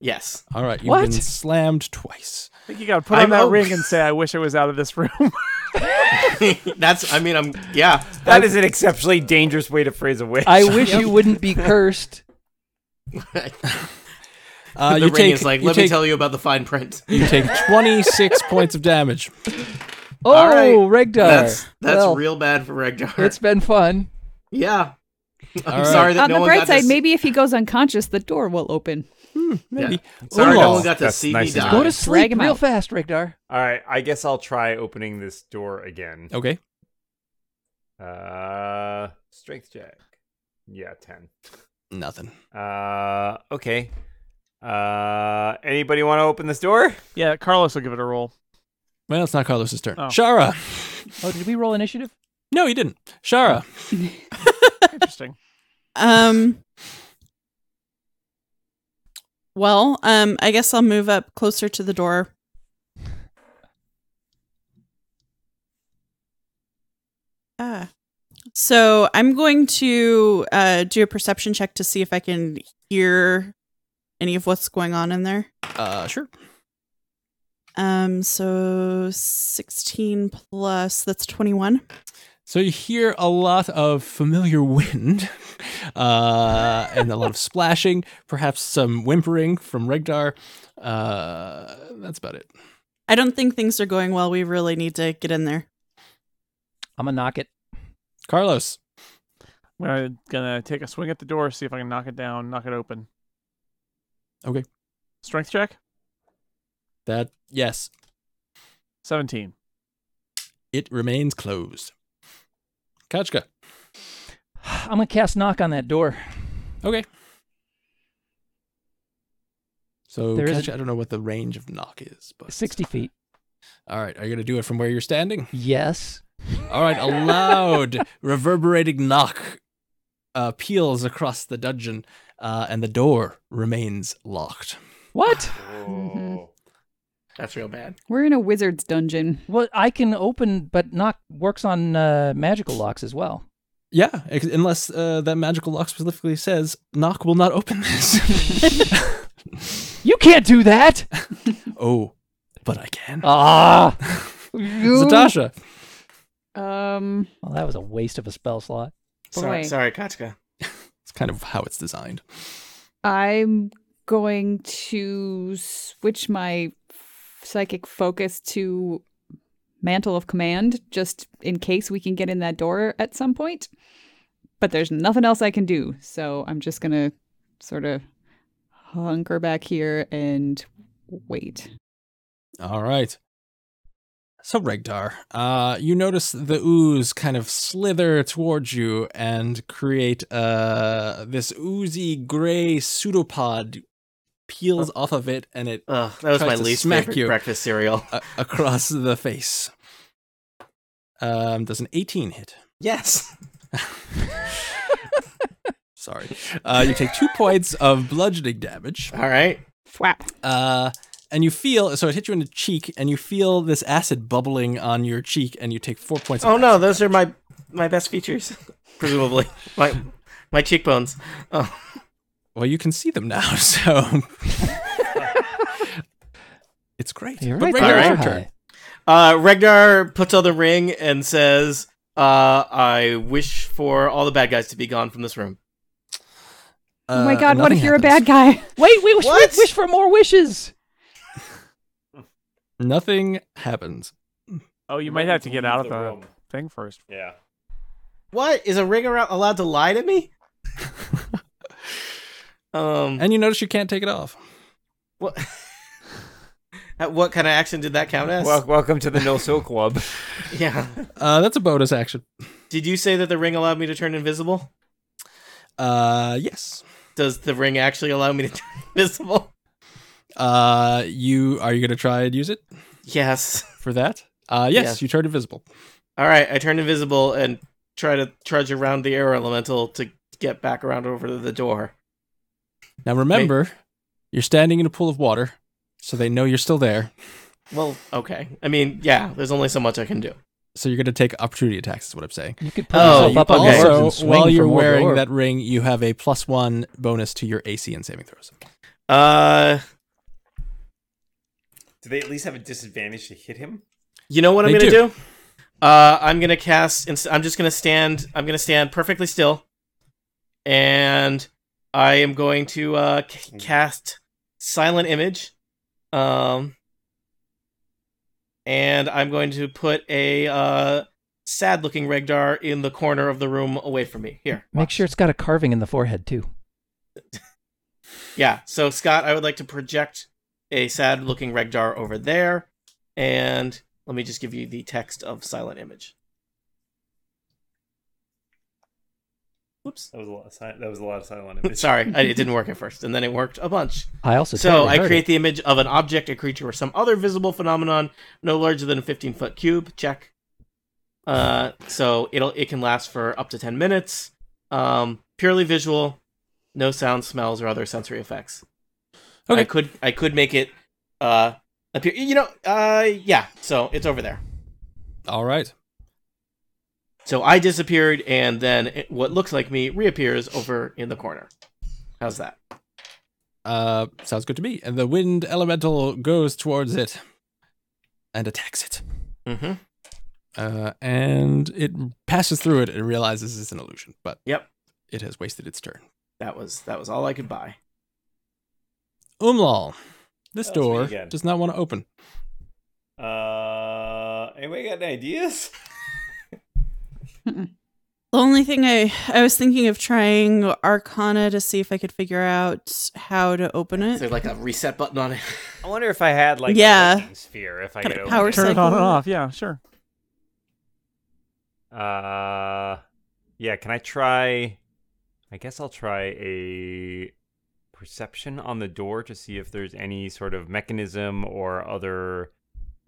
Speaker 3: Yes.
Speaker 2: All right, you've
Speaker 4: What?
Speaker 2: been slammed twice.
Speaker 1: I think you got to put on
Speaker 3: I'm
Speaker 1: that
Speaker 3: out.
Speaker 1: ring and say, "I wish I was out of this room."
Speaker 3: That's I mean I'm yeah.
Speaker 5: That is an exceptionally dangerous way to phrase a wish.
Speaker 4: I wish you wouldn't be cursed.
Speaker 2: Uh,
Speaker 3: the
Speaker 2: you
Speaker 3: ring
Speaker 2: take,
Speaker 3: is like,
Speaker 2: you
Speaker 3: let me
Speaker 2: take,
Speaker 3: tell you about the fine print.
Speaker 2: you. take 26 points of damage.
Speaker 4: Oh,
Speaker 3: All right.
Speaker 4: Regdar.
Speaker 3: That's that's
Speaker 4: Well,
Speaker 3: real bad for Regdar.
Speaker 4: It's been fun.
Speaker 3: yeah. I'm
Speaker 2: right.
Speaker 3: sorry that
Speaker 7: On
Speaker 3: no
Speaker 7: the
Speaker 3: one
Speaker 7: bright
Speaker 3: got
Speaker 7: side,
Speaker 3: to,
Speaker 7: maybe if he goes unconscious, the door will open.
Speaker 2: Maybe.
Speaker 3: sorry no
Speaker 2: Olaf.
Speaker 3: one got to
Speaker 5: That's
Speaker 3: see
Speaker 5: nice
Speaker 3: me
Speaker 5: of
Speaker 3: die.
Speaker 5: you.
Speaker 4: Go to
Speaker 7: Drag
Speaker 4: sleep
Speaker 7: him
Speaker 4: real
Speaker 7: out.
Speaker 4: fast, Regdar.
Speaker 5: All right, I guess I'll try opening this door again.
Speaker 2: Okay.
Speaker 5: Uh, strength check. Yeah, ten.
Speaker 2: Nothing.
Speaker 5: Uh, okay. Uh, anybody want to open this door?
Speaker 1: yeah, Carlos will give it a roll.
Speaker 2: Well, it's not Carlos's turn.
Speaker 1: Oh.
Speaker 2: Shara.
Speaker 4: Oh, did we roll initiative?
Speaker 2: No, you didn't. Shara.
Speaker 1: Interesting.
Speaker 6: Um. Well, um, I guess I'll move up closer to the door. Ah. So I'm going to uh, do a perception check to see if I can hear any of what's going on in there.
Speaker 2: Uh, sure.
Speaker 6: Um, so 16 plus that's 21.
Speaker 2: So you hear a lot of familiar wind, uh, and a lot of splashing, perhaps some whimpering from Regdar. Uh, that's about it.
Speaker 6: I don't think things are going well. We really need to get in there.
Speaker 4: I'm gonna knock it.
Speaker 2: Carlos.
Speaker 1: I'm gonna take a swing at the door, see if I can knock it down, knock it open.
Speaker 2: Okay.
Speaker 1: Strength check.
Speaker 2: That yes,
Speaker 1: Seventeen.
Speaker 2: it remains closed. Kachka.
Speaker 4: I'm gonna cast knock on that door.
Speaker 2: Okay. So
Speaker 4: There is a-
Speaker 2: Kachka, I don't know what the range of knock is, but
Speaker 4: Sixty feet.
Speaker 2: All right, are you gonna do it from where you're standing?
Speaker 4: Yes.
Speaker 2: All right, a loud, reverberating knock uh, peals across the dungeon, uh, and the door remains locked.
Speaker 4: What?
Speaker 7: Mhm.
Speaker 3: That's real bad.
Speaker 7: We're in a wizard's dungeon.
Speaker 4: Well, I can open, but knock works on uh, magical locks as well.
Speaker 2: Yeah, ex- unless uh, that magical lock specifically says knock will not open this.
Speaker 4: You can't do that.
Speaker 2: oh, but I can.
Speaker 4: Ah.
Speaker 2: Zatasha.
Speaker 7: Um,
Speaker 4: Well, that was a waste of a spell slot.
Speaker 3: Sorry,
Speaker 7: Boy.
Speaker 3: sorry, Kachka.
Speaker 2: It's kind of how it's designed.
Speaker 7: I'm going to switch my psychic focus to mantle of command just in case we can get in that door at some point. But there's nothing else I can do, so I'm just going to sort of hunker back here and wait.
Speaker 2: All right. So Regdar, uh, you notice the ooze kind of slither towards you and create uh, this oozy gray pseudopod peels off of it and it
Speaker 3: Ugh, that was
Speaker 2: Tries
Speaker 3: my
Speaker 2: to
Speaker 3: least
Speaker 2: smack
Speaker 3: favorite
Speaker 2: you.
Speaker 3: breakfast cereal.
Speaker 2: uh, across the face. Um, does an 18 hit?
Speaker 3: Yes.
Speaker 2: Sorry. Uh, you take two points of bludgeoning damage.
Speaker 3: All right.
Speaker 7: Whap.
Speaker 2: Uh, and you feel so it hit you in the cheek, and you feel this acid bubbling on your cheek, and you take four points. of
Speaker 3: Oh no,
Speaker 2: acid
Speaker 3: those are my my best features, presumably. my my cheekbones. Oh,
Speaker 2: Well, you can see them now, so it's great.
Speaker 4: You're
Speaker 2: but
Speaker 4: right.
Speaker 2: Rhaegar, it's
Speaker 4: there.
Speaker 2: your turn.
Speaker 3: Uh, Regdar puts on the ring and says, uh, "I wish for all the bad guys to be gone from this room."
Speaker 7: oh my
Speaker 2: Uh,
Speaker 7: god, what
Speaker 2: nothing
Speaker 7: if you're a bad
Speaker 2: happens.
Speaker 7: guy?
Speaker 4: Wait, we wish, we
Speaker 3: What?
Speaker 4: wish for more wishes.
Speaker 2: Nothing happens.
Speaker 1: Oh, you might have to get out of
Speaker 5: the
Speaker 1: the
Speaker 5: room.
Speaker 1: thing first.
Speaker 5: Yeah.
Speaker 3: What is a ring around allowed to lie to me? um,
Speaker 2: And you notice you can't take it off.
Speaker 3: what? what kind of action did that count as?
Speaker 5: Well, welcome to the No Soul Club.
Speaker 3: yeah.
Speaker 2: Uh, that's a bonus action.
Speaker 3: Did you say that the ring allowed me to turn invisible?
Speaker 2: Uh, yes.
Speaker 3: Does the ring actually allow me to turn invisible?
Speaker 2: Uh, you are you gonna try and use it
Speaker 3: Yes.
Speaker 2: for that? Uh, yes,
Speaker 3: Yes.
Speaker 2: you turn invisible.
Speaker 3: All right, I turn invisible and try to trudge around the air elemental to get back around over to the door.
Speaker 2: Now remember, you're standing in a pool of water, so they know you're still there.
Speaker 3: Well, okay. I mean, yeah, there's only so much I can do.
Speaker 2: So you're gonna take opportunity attacks. Is what I'm saying.
Speaker 4: You could pull
Speaker 3: Oh,
Speaker 4: yourself up on
Speaker 3: okay.
Speaker 4: the orbs and
Speaker 2: Also,
Speaker 4: swing
Speaker 2: while you're
Speaker 4: from orb to
Speaker 2: wearing
Speaker 4: orb.
Speaker 2: that ring, you have a plus one bonus to your AC and saving throws.
Speaker 3: Uh,
Speaker 5: Do they at least have a disadvantage to hit him?
Speaker 3: you know what I'm
Speaker 2: They
Speaker 3: gonna
Speaker 2: do.
Speaker 3: do? Uh, I'm gonna cast. inst- I'm just gonna stand. I'm gonna stand perfectly still, and I am going to uh c- cast silent image. Um, and I'm going to put a uh sad looking Regdar in the corner of the room away from me. Here,
Speaker 4: Make sure it's got a carving in the forehead too.
Speaker 3: Yeah. So Scott, I would like to project a sad looking Regdar over there. And let me just give you the text of silent image.
Speaker 5: Oops, that was a lot. Of si- that was a lot of silent image.
Speaker 3: Sorry, I, it didn't work at first, and then it worked a bunch.
Speaker 4: I also
Speaker 3: So
Speaker 4: totally
Speaker 3: I
Speaker 4: heard
Speaker 3: create
Speaker 4: it.
Speaker 3: the image of an object, a creature, or some other visible phenomenon no larger than a 15 foot cube. Check. Uh, so it'll it can last for up to 10 minutes. Um, purely visual, no sounds, smells, or other sensory effects.
Speaker 2: Okay.
Speaker 3: I could I could make it uh appear. You know, uh, yeah. So it's over there.
Speaker 2: All right.
Speaker 3: So I disappeared, and then it, what looks like me reappears over in the corner. How's that?
Speaker 2: Uh, sounds good to me. And the wind elemental goes towards it and attacks it.
Speaker 3: Mm-hmm.
Speaker 2: Uh, and it passes through it and realizes it's an illusion, but
Speaker 3: Yep.
Speaker 2: it has wasted its turn.
Speaker 3: That was that was all I could buy.
Speaker 2: Umlal, this
Speaker 5: That's me
Speaker 2: door
Speaker 5: again.
Speaker 2: does not want to open.
Speaker 5: Uh, anybody got any ideas?
Speaker 6: The only thing I I was thinking of trying Arcana to see if I could figure out how to open
Speaker 3: Is there
Speaker 6: it.
Speaker 3: like a reset button on it?
Speaker 5: I wonder if I had like a
Speaker 6: Yeah.
Speaker 5: lightning sphere. If I
Speaker 6: Kinda
Speaker 5: could
Speaker 6: power
Speaker 5: open
Speaker 1: Turn it on
Speaker 6: Recycle.
Speaker 1: and off. Yeah, sure.
Speaker 5: it. Uh, yeah. Can I try? I guess I'll try a perception on the door to see if there's any sort of mechanism or other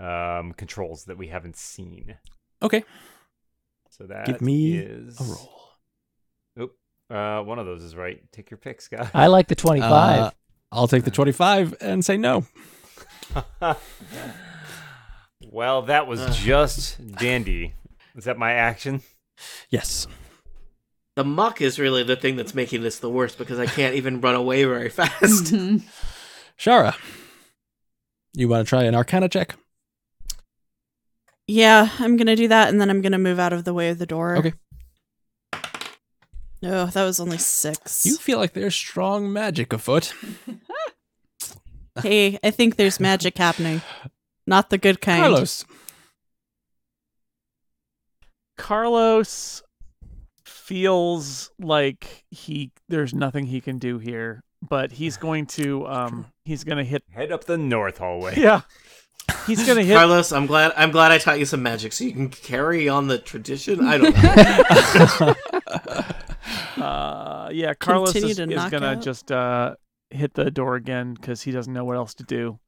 Speaker 5: um, controls that we haven't seen.
Speaker 2: Okay.
Speaker 5: So that
Speaker 2: Give me
Speaker 5: is
Speaker 2: A roll.
Speaker 5: Oop. Uh, one of those is right. Take your pick, Scott.
Speaker 4: I like the 25.
Speaker 2: Uh, I'll take the 25 and say no.
Speaker 5: well, that was
Speaker 2: Uh.
Speaker 3: Ugh.
Speaker 5: just dandy. Is that my action?
Speaker 2: Yes.
Speaker 3: The muck is really the thing that's making this the worst because I can't even run away very fast.
Speaker 7: Mhm.
Speaker 2: Shara, you want to try an arcana check?
Speaker 6: Yeah, I'm gonna do that, and then I'm gonna move out of the way of the door.
Speaker 2: Okay.
Speaker 6: No, that was only six.
Speaker 2: You feel like there's strong magic afoot.
Speaker 6: Hey, I think there's magic happening, not the good kind.
Speaker 2: Carlos,
Speaker 1: Carlos feels like he there's nothing he can do here, but he's going to um he's going to hit
Speaker 5: Head up the north hallway.
Speaker 1: yeah. He's going to hit
Speaker 3: Carlos, I'm glad I'm glad I taught you some magic so you can carry on the tradition. I don't know.
Speaker 1: uh yeah, Carlos
Speaker 6: Continue
Speaker 1: is,
Speaker 6: to
Speaker 1: is
Speaker 6: knock
Speaker 1: going to
Speaker 6: out?
Speaker 1: just uh hit the door again cuz he doesn't know what else to do.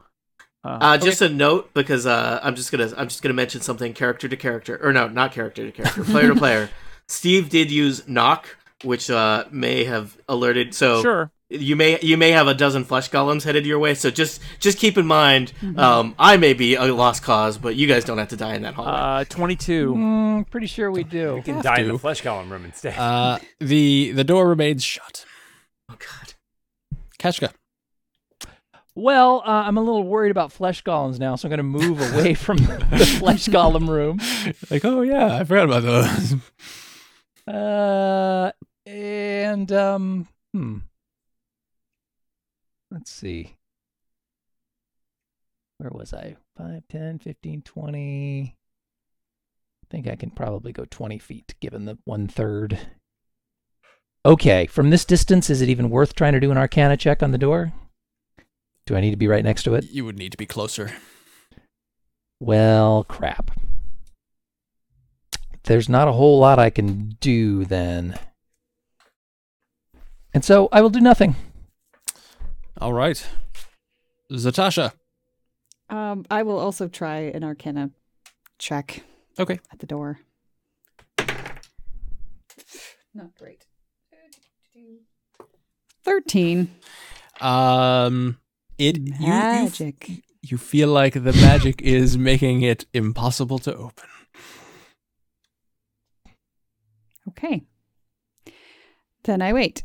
Speaker 3: Uh, just a note because uh, I'm just gonna I'm just gonna mention something character to character or no not character to character player to player. Steve did use knock, which uh, may have alerted. So
Speaker 1: sure.
Speaker 3: you may you may have a dozen flesh golems headed your way. So just just keep in mind,
Speaker 1: Mm-hmm.
Speaker 3: um, I may be a lost cause, but you guys don't have to die in that hallway.
Speaker 1: Uh
Speaker 6: Hmm.
Speaker 1: 22.
Speaker 4: Mm, pretty sure we do.
Speaker 5: You can
Speaker 2: Have
Speaker 5: die in
Speaker 2: to.
Speaker 5: the flesh column room instead.
Speaker 2: uh, the the door remains shut.
Speaker 3: oh God.
Speaker 2: Kashka,
Speaker 4: Well, uh, I'm a little worried about flesh golems now, so I'm going to move away from the flesh golem room.
Speaker 2: like, oh yeah, I forgot about those.
Speaker 4: Uh, and um, hmm. Let's see. Where was I? 5, 10, 15, 20. I think I can probably go 20 feet given the one third. Okay, from this distance, is it even worth trying to do an arcana check on the door? Do I need to be right next to it?
Speaker 2: you would need to be closer.
Speaker 4: Well, crap. There's not a whole lot I can do then. And so I will do nothing.
Speaker 2: All right. Zatasha.
Speaker 7: Um, I will also try an Arcana check.
Speaker 2: Okay.
Speaker 7: At the door. Not great. Thirteen.
Speaker 2: Um, it you- you f-
Speaker 7: Magic.
Speaker 2: You, feel like the magic is making it impossible to open.
Speaker 7: Okay. Then I wait.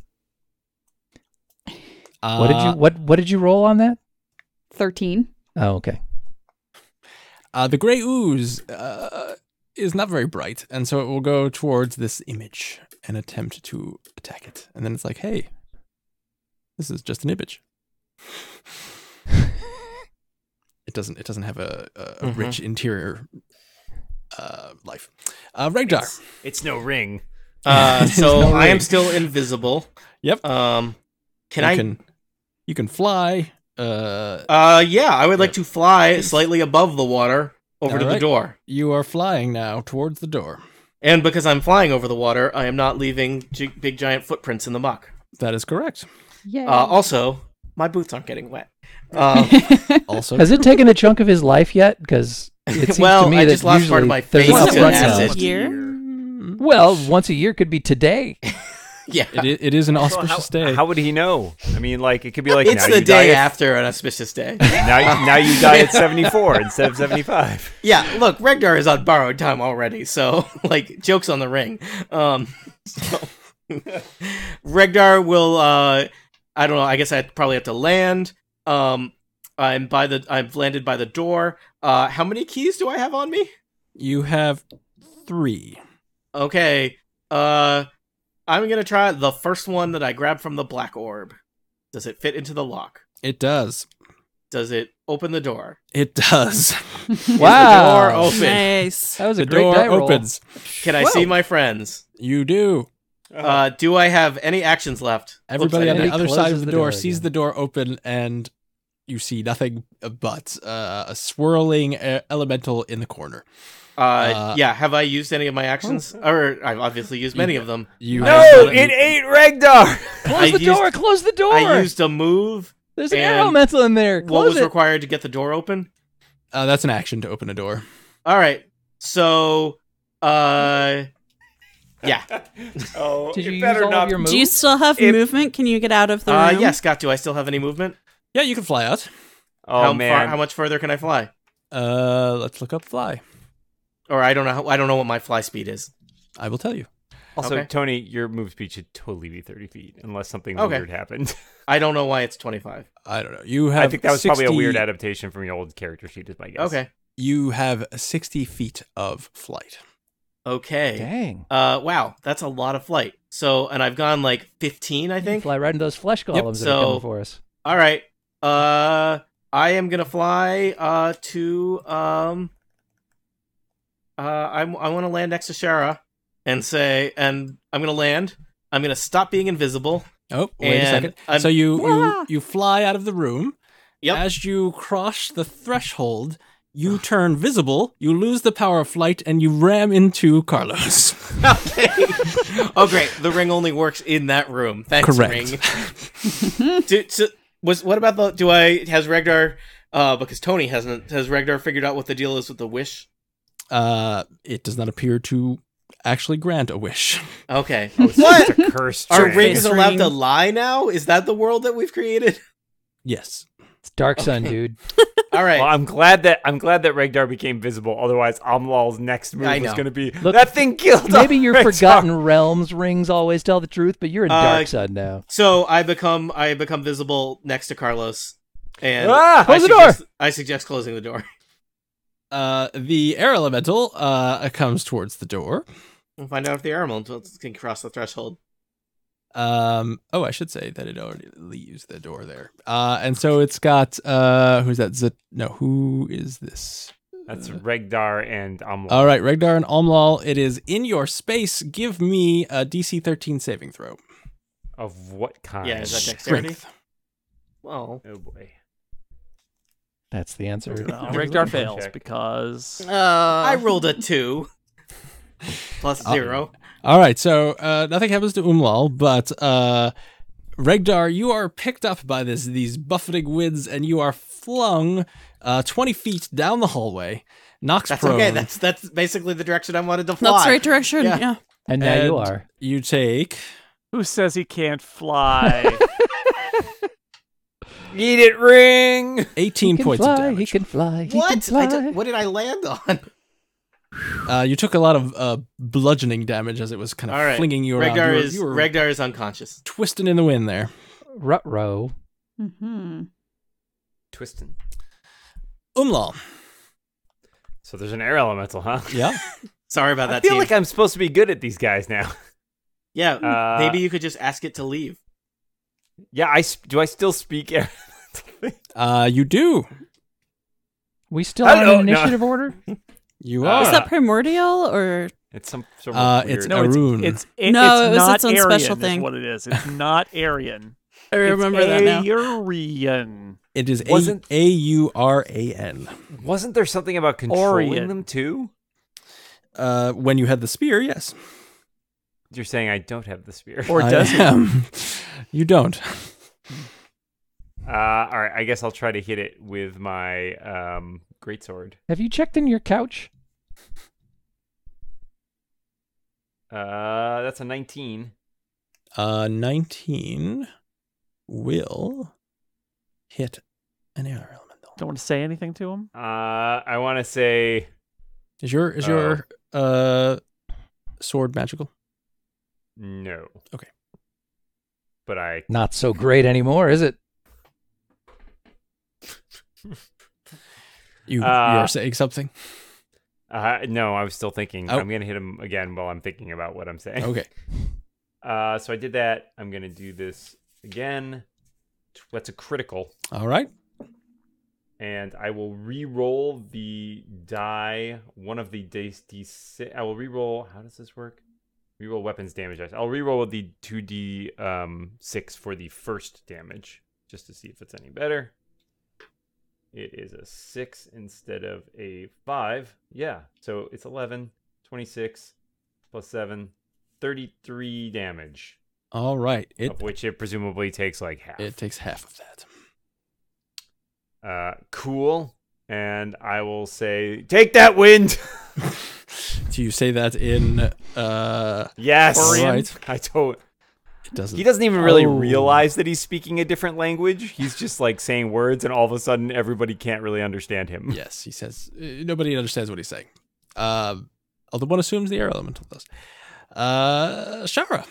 Speaker 2: Uh,
Speaker 4: What did you what what did you roll on that?
Speaker 7: Thirteen.
Speaker 4: Oh, okay.
Speaker 2: Uh, the gray ooze uh, is not very bright, and so it will go towards this image and attempt to attack it. And then it's like, hey, this is just an image. it doesn't. It doesn't have a, a, a
Speaker 3: Mhm.
Speaker 2: rich interior uh, life. Uh, Regdar.
Speaker 5: It's, it's no ring.
Speaker 3: Uh,
Speaker 2: There's
Speaker 3: so
Speaker 2: no
Speaker 3: I
Speaker 2: way.
Speaker 3: am still invisible.
Speaker 2: Yep.
Speaker 3: Um, can
Speaker 2: you
Speaker 3: I?
Speaker 2: Can, you can fly. Uh,
Speaker 3: Uh, yeah, I would like to fly slightly above the water over to
Speaker 2: Alright.
Speaker 3: the door.
Speaker 2: you are flying now towards the door.
Speaker 3: And because I'm flying over the water, I am not leaving gi- big giant footprints in the muck.
Speaker 2: That is correct.
Speaker 7: Yeah.
Speaker 3: Uh, also, my boots aren't getting wet. Um,
Speaker 2: Also,
Speaker 4: Has it taken a chunk of his life yet? Because it seems
Speaker 3: well,
Speaker 4: to me
Speaker 3: I
Speaker 4: that
Speaker 3: just lost part of
Speaker 4: usually
Speaker 3: my
Speaker 4: there's
Speaker 3: face
Speaker 4: an
Speaker 3: to
Speaker 4: upfront
Speaker 3: acid.
Speaker 4: cost.
Speaker 6: Year?
Speaker 4: Well, once a year could be today.
Speaker 3: yeah,
Speaker 2: it, i- it is an
Speaker 5: So
Speaker 2: auspicious
Speaker 5: how,
Speaker 2: day.
Speaker 5: how would he know? I mean, like it could be like
Speaker 3: it's
Speaker 5: now
Speaker 3: the
Speaker 5: you die
Speaker 3: day
Speaker 5: at-
Speaker 3: after an auspicious day.
Speaker 5: now, now you die at seventy four instead of seventy five.
Speaker 3: yeah, look, Regdar is on borrowed time already, so like jokes on the ring. Um, so, Regdar will. Uh, I don't know. I guess I probably have to land. Um, I'm by the. I've landed by the door. Uh, how many keys do I have on me?
Speaker 2: You have three.
Speaker 3: Okay. Uh I'm gonna try the first one that I grabbed from the black orb. Does it fit into the lock?
Speaker 2: It does.
Speaker 3: Does it open the door?
Speaker 2: It does.
Speaker 3: Wow.
Speaker 4: Wow,
Speaker 3: door open?
Speaker 6: Nice.
Speaker 4: that was a
Speaker 2: the
Speaker 4: great
Speaker 2: door
Speaker 4: die roll.
Speaker 2: opens.
Speaker 3: Can I see my friends?
Speaker 2: You do.
Speaker 5: Uh-huh.
Speaker 3: Uh do I have any actions left?
Speaker 2: Everybody
Speaker 4: I
Speaker 2: on
Speaker 4: did.
Speaker 2: the
Speaker 4: He
Speaker 2: other side
Speaker 4: closes
Speaker 2: of the,
Speaker 4: the
Speaker 2: door,
Speaker 4: door
Speaker 2: sees
Speaker 4: again.
Speaker 2: the door open, and you see nothing but uh, a swirling uh, elemental in the corner.
Speaker 3: Uh,
Speaker 2: Uh,
Speaker 3: yeah, have I used any of my actions? Or I've obviously used many of them.
Speaker 2: You
Speaker 5: no,
Speaker 2: have not- e-,
Speaker 5: it ate Ragnar.
Speaker 4: Close
Speaker 3: I
Speaker 4: the
Speaker 3: used-
Speaker 4: door. Close the door.
Speaker 3: I used a move.
Speaker 4: There's an
Speaker 3: and
Speaker 4: arrow metal in there.
Speaker 3: what
Speaker 4: Close
Speaker 3: was
Speaker 4: it.
Speaker 3: required to get the door open?
Speaker 2: uh, that's an action to open a door.
Speaker 3: Alright. So uh yeah.
Speaker 5: Oh,
Speaker 4: Did you use all of your moves?
Speaker 6: Do you still have
Speaker 5: If-
Speaker 6: movement? Can you get out of the
Speaker 3: Uh
Speaker 6: room?
Speaker 3: yeah, Scott, do I still have any movement?
Speaker 2: Yeah, you can fly out.
Speaker 5: Oh
Speaker 3: how
Speaker 5: man,
Speaker 3: far how much further can I fly?
Speaker 2: Uh, let's look up fly.
Speaker 3: or I don't know. How, I don't know what my fly speed is.
Speaker 2: I will tell you.
Speaker 5: Also,
Speaker 3: Okay.
Speaker 5: Tony, your move speed should totally be 30 feet unless something
Speaker 3: Okay.
Speaker 5: weird happened.
Speaker 3: I don't know why it's twenty five.
Speaker 2: I don't know. You have.
Speaker 5: I think that was probably a
Speaker 2: 60
Speaker 5: weird adaptation from your old character sheet, is my guess.
Speaker 3: Okay.
Speaker 2: You have sixty feet of flight.
Speaker 3: Okay.
Speaker 4: Dang.
Speaker 3: Uh, wow, that's a lot of flight. So, and I've gone like fifteen, I
Speaker 4: You can
Speaker 3: think.
Speaker 4: fly right into those flesh columns that are
Speaker 3: so-
Speaker 4: coming for us.
Speaker 3: All right. Uh, I am gonna fly. Uh, to um. Uh, I I want to land next to Shara, and say, and I'm gonna land. I'm gonna stop being invisible.
Speaker 2: Oh, wait a
Speaker 3: And
Speaker 2: second.
Speaker 3: I'm-
Speaker 2: so you, you
Speaker 6: Wah!
Speaker 2: you fly out of the room.
Speaker 3: Yep.
Speaker 2: As you cross the threshold, you turn visible. You lose the power of flight, and you ram into Carlos.
Speaker 3: okay. oh, great. The ring only works in that room. Thanks,
Speaker 2: Correct.
Speaker 3: ring. do, so, was what about the? Do I has Regdar? Uh, because Tony hasn't. Has Regdar figured out what the deal is with the wish?
Speaker 2: Uh, it does not appear to actually grant a wish.
Speaker 3: Okay.
Speaker 5: Oh, It's
Speaker 3: what?
Speaker 5: a curse.
Speaker 3: Are
Speaker 5: trick.
Speaker 3: rings
Speaker 6: Ring.
Speaker 3: allowed to lie now? Is that the world that we've created?
Speaker 2: Yes.
Speaker 4: It's Dark Sun, dude.
Speaker 3: All
Speaker 5: Well,
Speaker 3: right.
Speaker 5: I'm glad that I'm glad that Regdar became visible. Otherwise, Amlal's next move
Speaker 3: I
Speaker 5: was
Speaker 3: know.
Speaker 5: going to be
Speaker 4: Look,
Speaker 5: that thing killed.
Speaker 4: Maybe your
Speaker 5: Ragnar."
Speaker 4: forgotten realms rings always tell the truth, but you're in
Speaker 3: Uh,
Speaker 4: Dark Sun now.
Speaker 3: So I become I become visible next to Carlos, and
Speaker 5: Ah,
Speaker 3: I
Speaker 4: close the
Speaker 3: suggest- I suggest closing the door.
Speaker 2: Uh, the air elemental uh comes towards the door.
Speaker 3: We'll find out if the animal can cross the threshold.
Speaker 2: Um, oh, I should say that it already leaves the door there. Uh, and so it's got uh, who's that? Zit? No, who is this?
Speaker 5: That's Regdar and Amlal.
Speaker 2: All right, Regdar and Omlal, it is in your space. Give me a DC 13 saving throw.
Speaker 5: Of what kind?
Speaker 3: Yeah, is that dexterity?
Speaker 2: Strength.
Speaker 3: Well,
Speaker 5: Oh boy.
Speaker 4: That's the answer.
Speaker 1: No, Regdar Uh,
Speaker 5: Check.
Speaker 1: fails because
Speaker 3: I rolled a two plus zero.
Speaker 2: All right, so uh, nothing happens to Umlal, but uh, Regdar, you are picked up by this these buffeting winds, and you are flung uh, twenty feet down the hallway. Knocks
Speaker 3: That's
Speaker 2: prone.
Speaker 3: okay. That's that's basically the direction I wanted to fly.
Speaker 6: That's the right direction.
Speaker 3: Yeah.
Speaker 6: Yeah.
Speaker 4: And now you
Speaker 2: And-
Speaker 4: are.
Speaker 2: you take
Speaker 1: Who says he can't fly?
Speaker 5: Eat it, ring.
Speaker 4: He
Speaker 2: eighteen
Speaker 4: can
Speaker 2: points of
Speaker 4: fly. He
Speaker 2: damage.
Speaker 4: can fly. He
Speaker 3: What?
Speaker 4: Can
Speaker 3: I
Speaker 4: fly.
Speaker 3: d- what did I land on?
Speaker 2: Uh, you took a lot of uh, bludgeoning damage as it was kind of
Speaker 3: All right.
Speaker 2: flinging you around.
Speaker 3: Regdar
Speaker 2: you were,
Speaker 3: is
Speaker 2: you were
Speaker 3: Regdar is unconscious.
Speaker 2: twisting in the wind there.
Speaker 4: Rutro.
Speaker 7: Mm-hmm.
Speaker 5: Twisting.
Speaker 2: Umlal.
Speaker 5: So there's an air elemental, huh?
Speaker 2: Yeah.
Speaker 3: Sorry about
Speaker 5: I
Speaker 3: that.
Speaker 5: feel
Speaker 3: team.
Speaker 5: like I'm supposed to be good at these guys now.
Speaker 3: yeah,
Speaker 5: Uh,
Speaker 3: maybe you could just ask it to leave.
Speaker 5: Yeah, I s- do. I still speak air.
Speaker 2: Uh, you do.
Speaker 4: We still
Speaker 5: I
Speaker 4: on
Speaker 5: don't
Speaker 4: an
Speaker 5: know.
Speaker 4: initiative order?
Speaker 2: You
Speaker 5: Uh,
Speaker 2: are.
Speaker 6: Is that primordial or
Speaker 5: It's some sort of
Speaker 2: Uh,
Speaker 5: weird.
Speaker 2: it's
Speaker 1: no, it's
Speaker 2: Arun.
Speaker 1: it's it,
Speaker 6: No,
Speaker 1: it's
Speaker 6: it was
Speaker 1: not
Speaker 6: its own
Speaker 1: Aryan
Speaker 6: special
Speaker 1: Is
Speaker 6: thing.
Speaker 1: what it is. It's not Aryan.
Speaker 6: I remember
Speaker 1: it's
Speaker 6: that now.
Speaker 1: Aryan.
Speaker 2: it is
Speaker 5: wasn't-
Speaker 2: A U R A N.
Speaker 5: Wasn't there something about controlling
Speaker 1: Orient.
Speaker 5: them too?
Speaker 2: Uh, when you had the spear, yes.
Speaker 5: You're saying I don't have the spear.
Speaker 1: Or
Speaker 2: I
Speaker 1: does it?
Speaker 2: am. You don't.
Speaker 5: Uh, all right, I guess I'll try to hit it with my um, greatsword.
Speaker 4: Have you checked in your couch?
Speaker 5: Uh, that's a 19.
Speaker 2: Uh, 19 will hit an air elemental.
Speaker 1: Don't want to say anything to him.
Speaker 5: Uh, I want to say
Speaker 2: Is your is your uh sword magical?
Speaker 5: no.
Speaker 2: Okay.
Speaker 5: But I
Speaker 4: Not so great anymore, is it?
Speaker 2: You
Speaker 5: Uh,
Speaker 2: you are saying something.
Speaker 5: uh, no, I was still thinking.
Speaker 2: Oh.
Speaker 5: I'm gonna hit him again while I'm thinking about what I'm saying.
Speaker 2: Okay.
Speaker 5: Uh, so I did that. I'm gonna do this again. That's a critical,
Speaker 2: All right.
Speaker 5: and I will re-roll the die. One of the d d six. I will re-roll. How does this work? Reroll weapons damage dice. I'll re-roll the two d um six for the first damage, just to see if it's any better. It is a six instead of a five. Yeah, so it's 11, 26, plus seven, 33 damage.
Speaker 2: All right. It
Speaker 5: of which it presumably takes like half.
Speaker 2: it takes half of that.
Speaker 5: uh, cool. And I will say, take that wind.
Speaker 2: Do you say that in uh
Speaker 5: yes.
Speaker 2: all
Speaker 1: Orion.
Speaker 2: right.
Speaker 5: I don't.
Speaker 2: It doesn't
Speaker 5: He doesn't even really
Speaker 2: Oh.
Speaker 5: realize that he's speaking a different language. He's just like saying words, and all of a sudden, everybody can't really understand him.
Speaker 2: Yes, he says uh, nobody understands what he's saying. Um although one assumes the air elemental does. Uh Shara.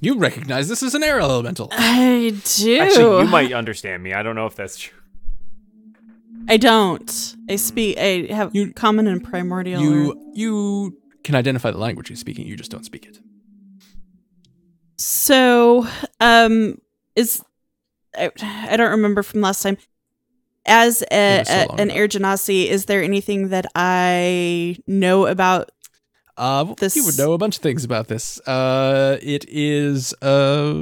Speaker 2: You recognize this as an air elemental.
Speaker 6: I do.
Speaker 5: Actually, you might understand me. I don't know if that's true.
Speaker 6: I don't. I speak. I have
Speaker 2: You-
Speaker 6: common and primordial. or-
Speaker 2: You you can identify the language he's speaking, you just don't speak it.
Speaker 6: So, um, is I, I don't remember from last time. As
Speaker 2: It
Speaker 6: a,
Speaker 2: was so
Speaker 6: a-
Speaker 2: long
Speaker 6: an
Speaker 2: ago.
Speaker 6: air genasi, is there anything that I know about?
Speaker 2: Uh, well,
Speaker 6: This-
Speaker 2: You would know a bunch of things about this. Uh, it is uh,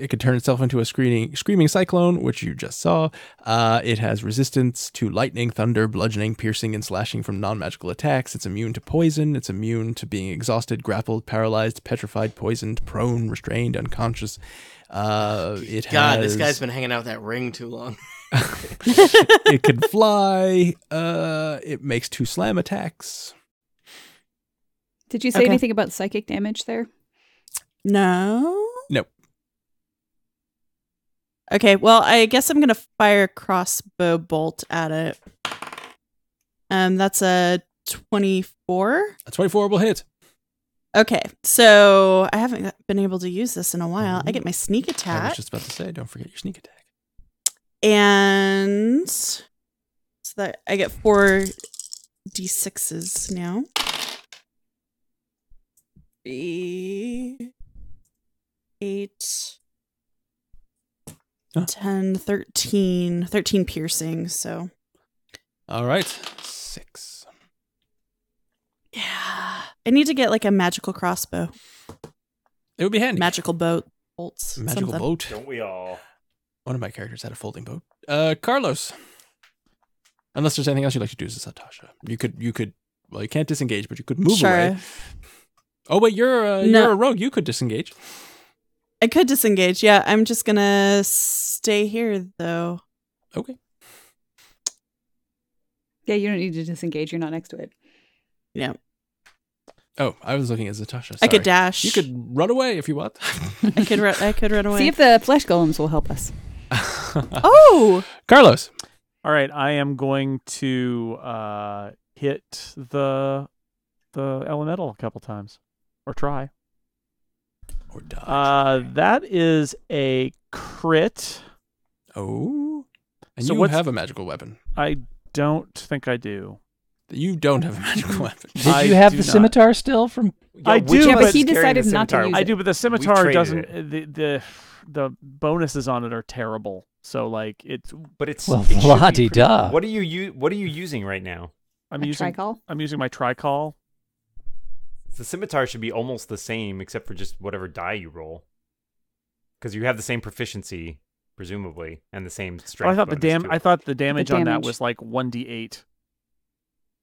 Speaker 2: it could turn itself into a screening, screaming cyclone, which you just saw. Uh, it has resistance to lightning, thunder, bludgeoning, piercing, and slashing from non-magical attacks. It's immune to poison. It's immune to being exhausted, grappled, paralyzed, petrified, poisoned, prone, restrained, unconscious. Uh, it
Speaker 3: God,
Speaker 2: has,
Speaker 3: this guy's been hanging out with that ring too long.
Speaker 2: it can fly. Uh, it makes two slam attacks.
Speaker 7: Did you say
Speaker 6: Okay.
Speaker 7: anything about psychic damage there?
Speaker 6: No.
Speaker 2: No.
Speaker 6: Okay. Well, I guess I'm gonna fire a crossbow bolt at it. Um, that's a twenty-four.
Speaker 2: A twenty-four will hit.
Speaker 6: Okay, so I haven't been able to use this in a while. I get my sneak
Speaker 2: Mm-hmm. I
Speaker 6: attack.
Speaker 2: was just about to say, don't forget your sneak attack.
Speaker 6: and so that I get four d6s now. E- Eight,
Speaker 2: Huh.
Speaker 6: 10, 13, 13 piercing. So,
Speaker 2: All right, six.
Speaker 6: yeah. I need to get like a magical crossbow,
Speaker 2: It would be handy.
Speaker 6: magical boat, bolts,
Speaker 2: Magical
Speaker 6: something.
Speaker 2: boat.
Speaker 5: Don't we all?
Speaker 2: One of my characters had a folding boat. Uh, Carlos. Unless there's anything else you'd like to do, as a Satasha. You could, you could. Well, you can't disengage, but you could move
Speaker 6: sure.
Speaker 2: away. Oh wait, you're a,
Speaker 6: No.
Speaker 2: you're a rogue. You could disengage.
Speaker 6: I could disengage. Yeah, I'm just gonna stay here though.
Speaker 2: Okay.
Speaker 7: Yeah, you don't need to disengage. You're not next to it.
Speaker 2: Oh, I was looking at Zatasha.
Speaker 6: I could
Speaker 2: sorry.
Speaker 6: dash.
Speaker 2: You could run away if you want.
Speaker 6: I could. Ru- I could run away.
Speaker 7: See if the flesh golems will help us.
Speaker 6: oh,
Speaker 2: Carlos.
Speaker 1: All right, I am going to uh, hit the the elemental a couple times, or try.
Speaker 2: Or dodge.
Speaker 6: Oh,
Speaker 1: Uh, that is a crit.
Speaker 2: oh. And
Speaker 1: so
Speaker 2: you
Speaker 1: what's-
Speaker 2: have a magical weapon.
Speaker 1: I don't think I do.
Speaker 2: You don't have a magical weapon.
Speaker 4: Did
Speaker 1: I
Speaker 4: you have
Speaker 1: do
Speaker 4: the
Speaker 1: not.
Speaker 4: scimitar still from?
Speaker 1: I
Speaker 5: which
Speaker 1: do,
Speaker 5: of
Speaker 1: Yeah, but
Speaker 5: us
Speaker 7: he
Speaker 5: is carrying
Speaker 7: decided
Speaker 5: the
Speaker 7: not to
Speaker 5: scimitar?
Speaker 7: use
Speaker 1: I
Speaker 7: it.
Speaker 1: do, but the scimitar
Speaker 5: traded
Speaker 1: doesn't.
Speaker 5: it.
Speaker 1: The, the the bonuses on it are terrible. So like it's.
Speaker 5: But it's
Speaker 4: Well,
Speaker 5: it should be
Speaker 4: bloody
Speaker 5: pretty-
Speaker 4: duh.
Speaker 5: What are you u- What are you using right now?
Speaker 1: I'm
Speaker 7: A
Speaker 1: using.
Speaker 7: tricol?
Speaker 1: I'm using my tricol.
Speaker 5: The scimitar should be almost the same, except for just whatever die you roll, because you have the same proficiency, presumably, and the same
Speaker 1: But
Speaker 5: strength.
Speaker 1: Oh, I thought the
Speaker 5: bonus
Speaker 1: dam.
Speaker 5: to
Speaker 1: I
Speaker 5: it.
Speaker 1: thought the damage on that
Speaker 7: damage.
Speaker 1: was like one d eight.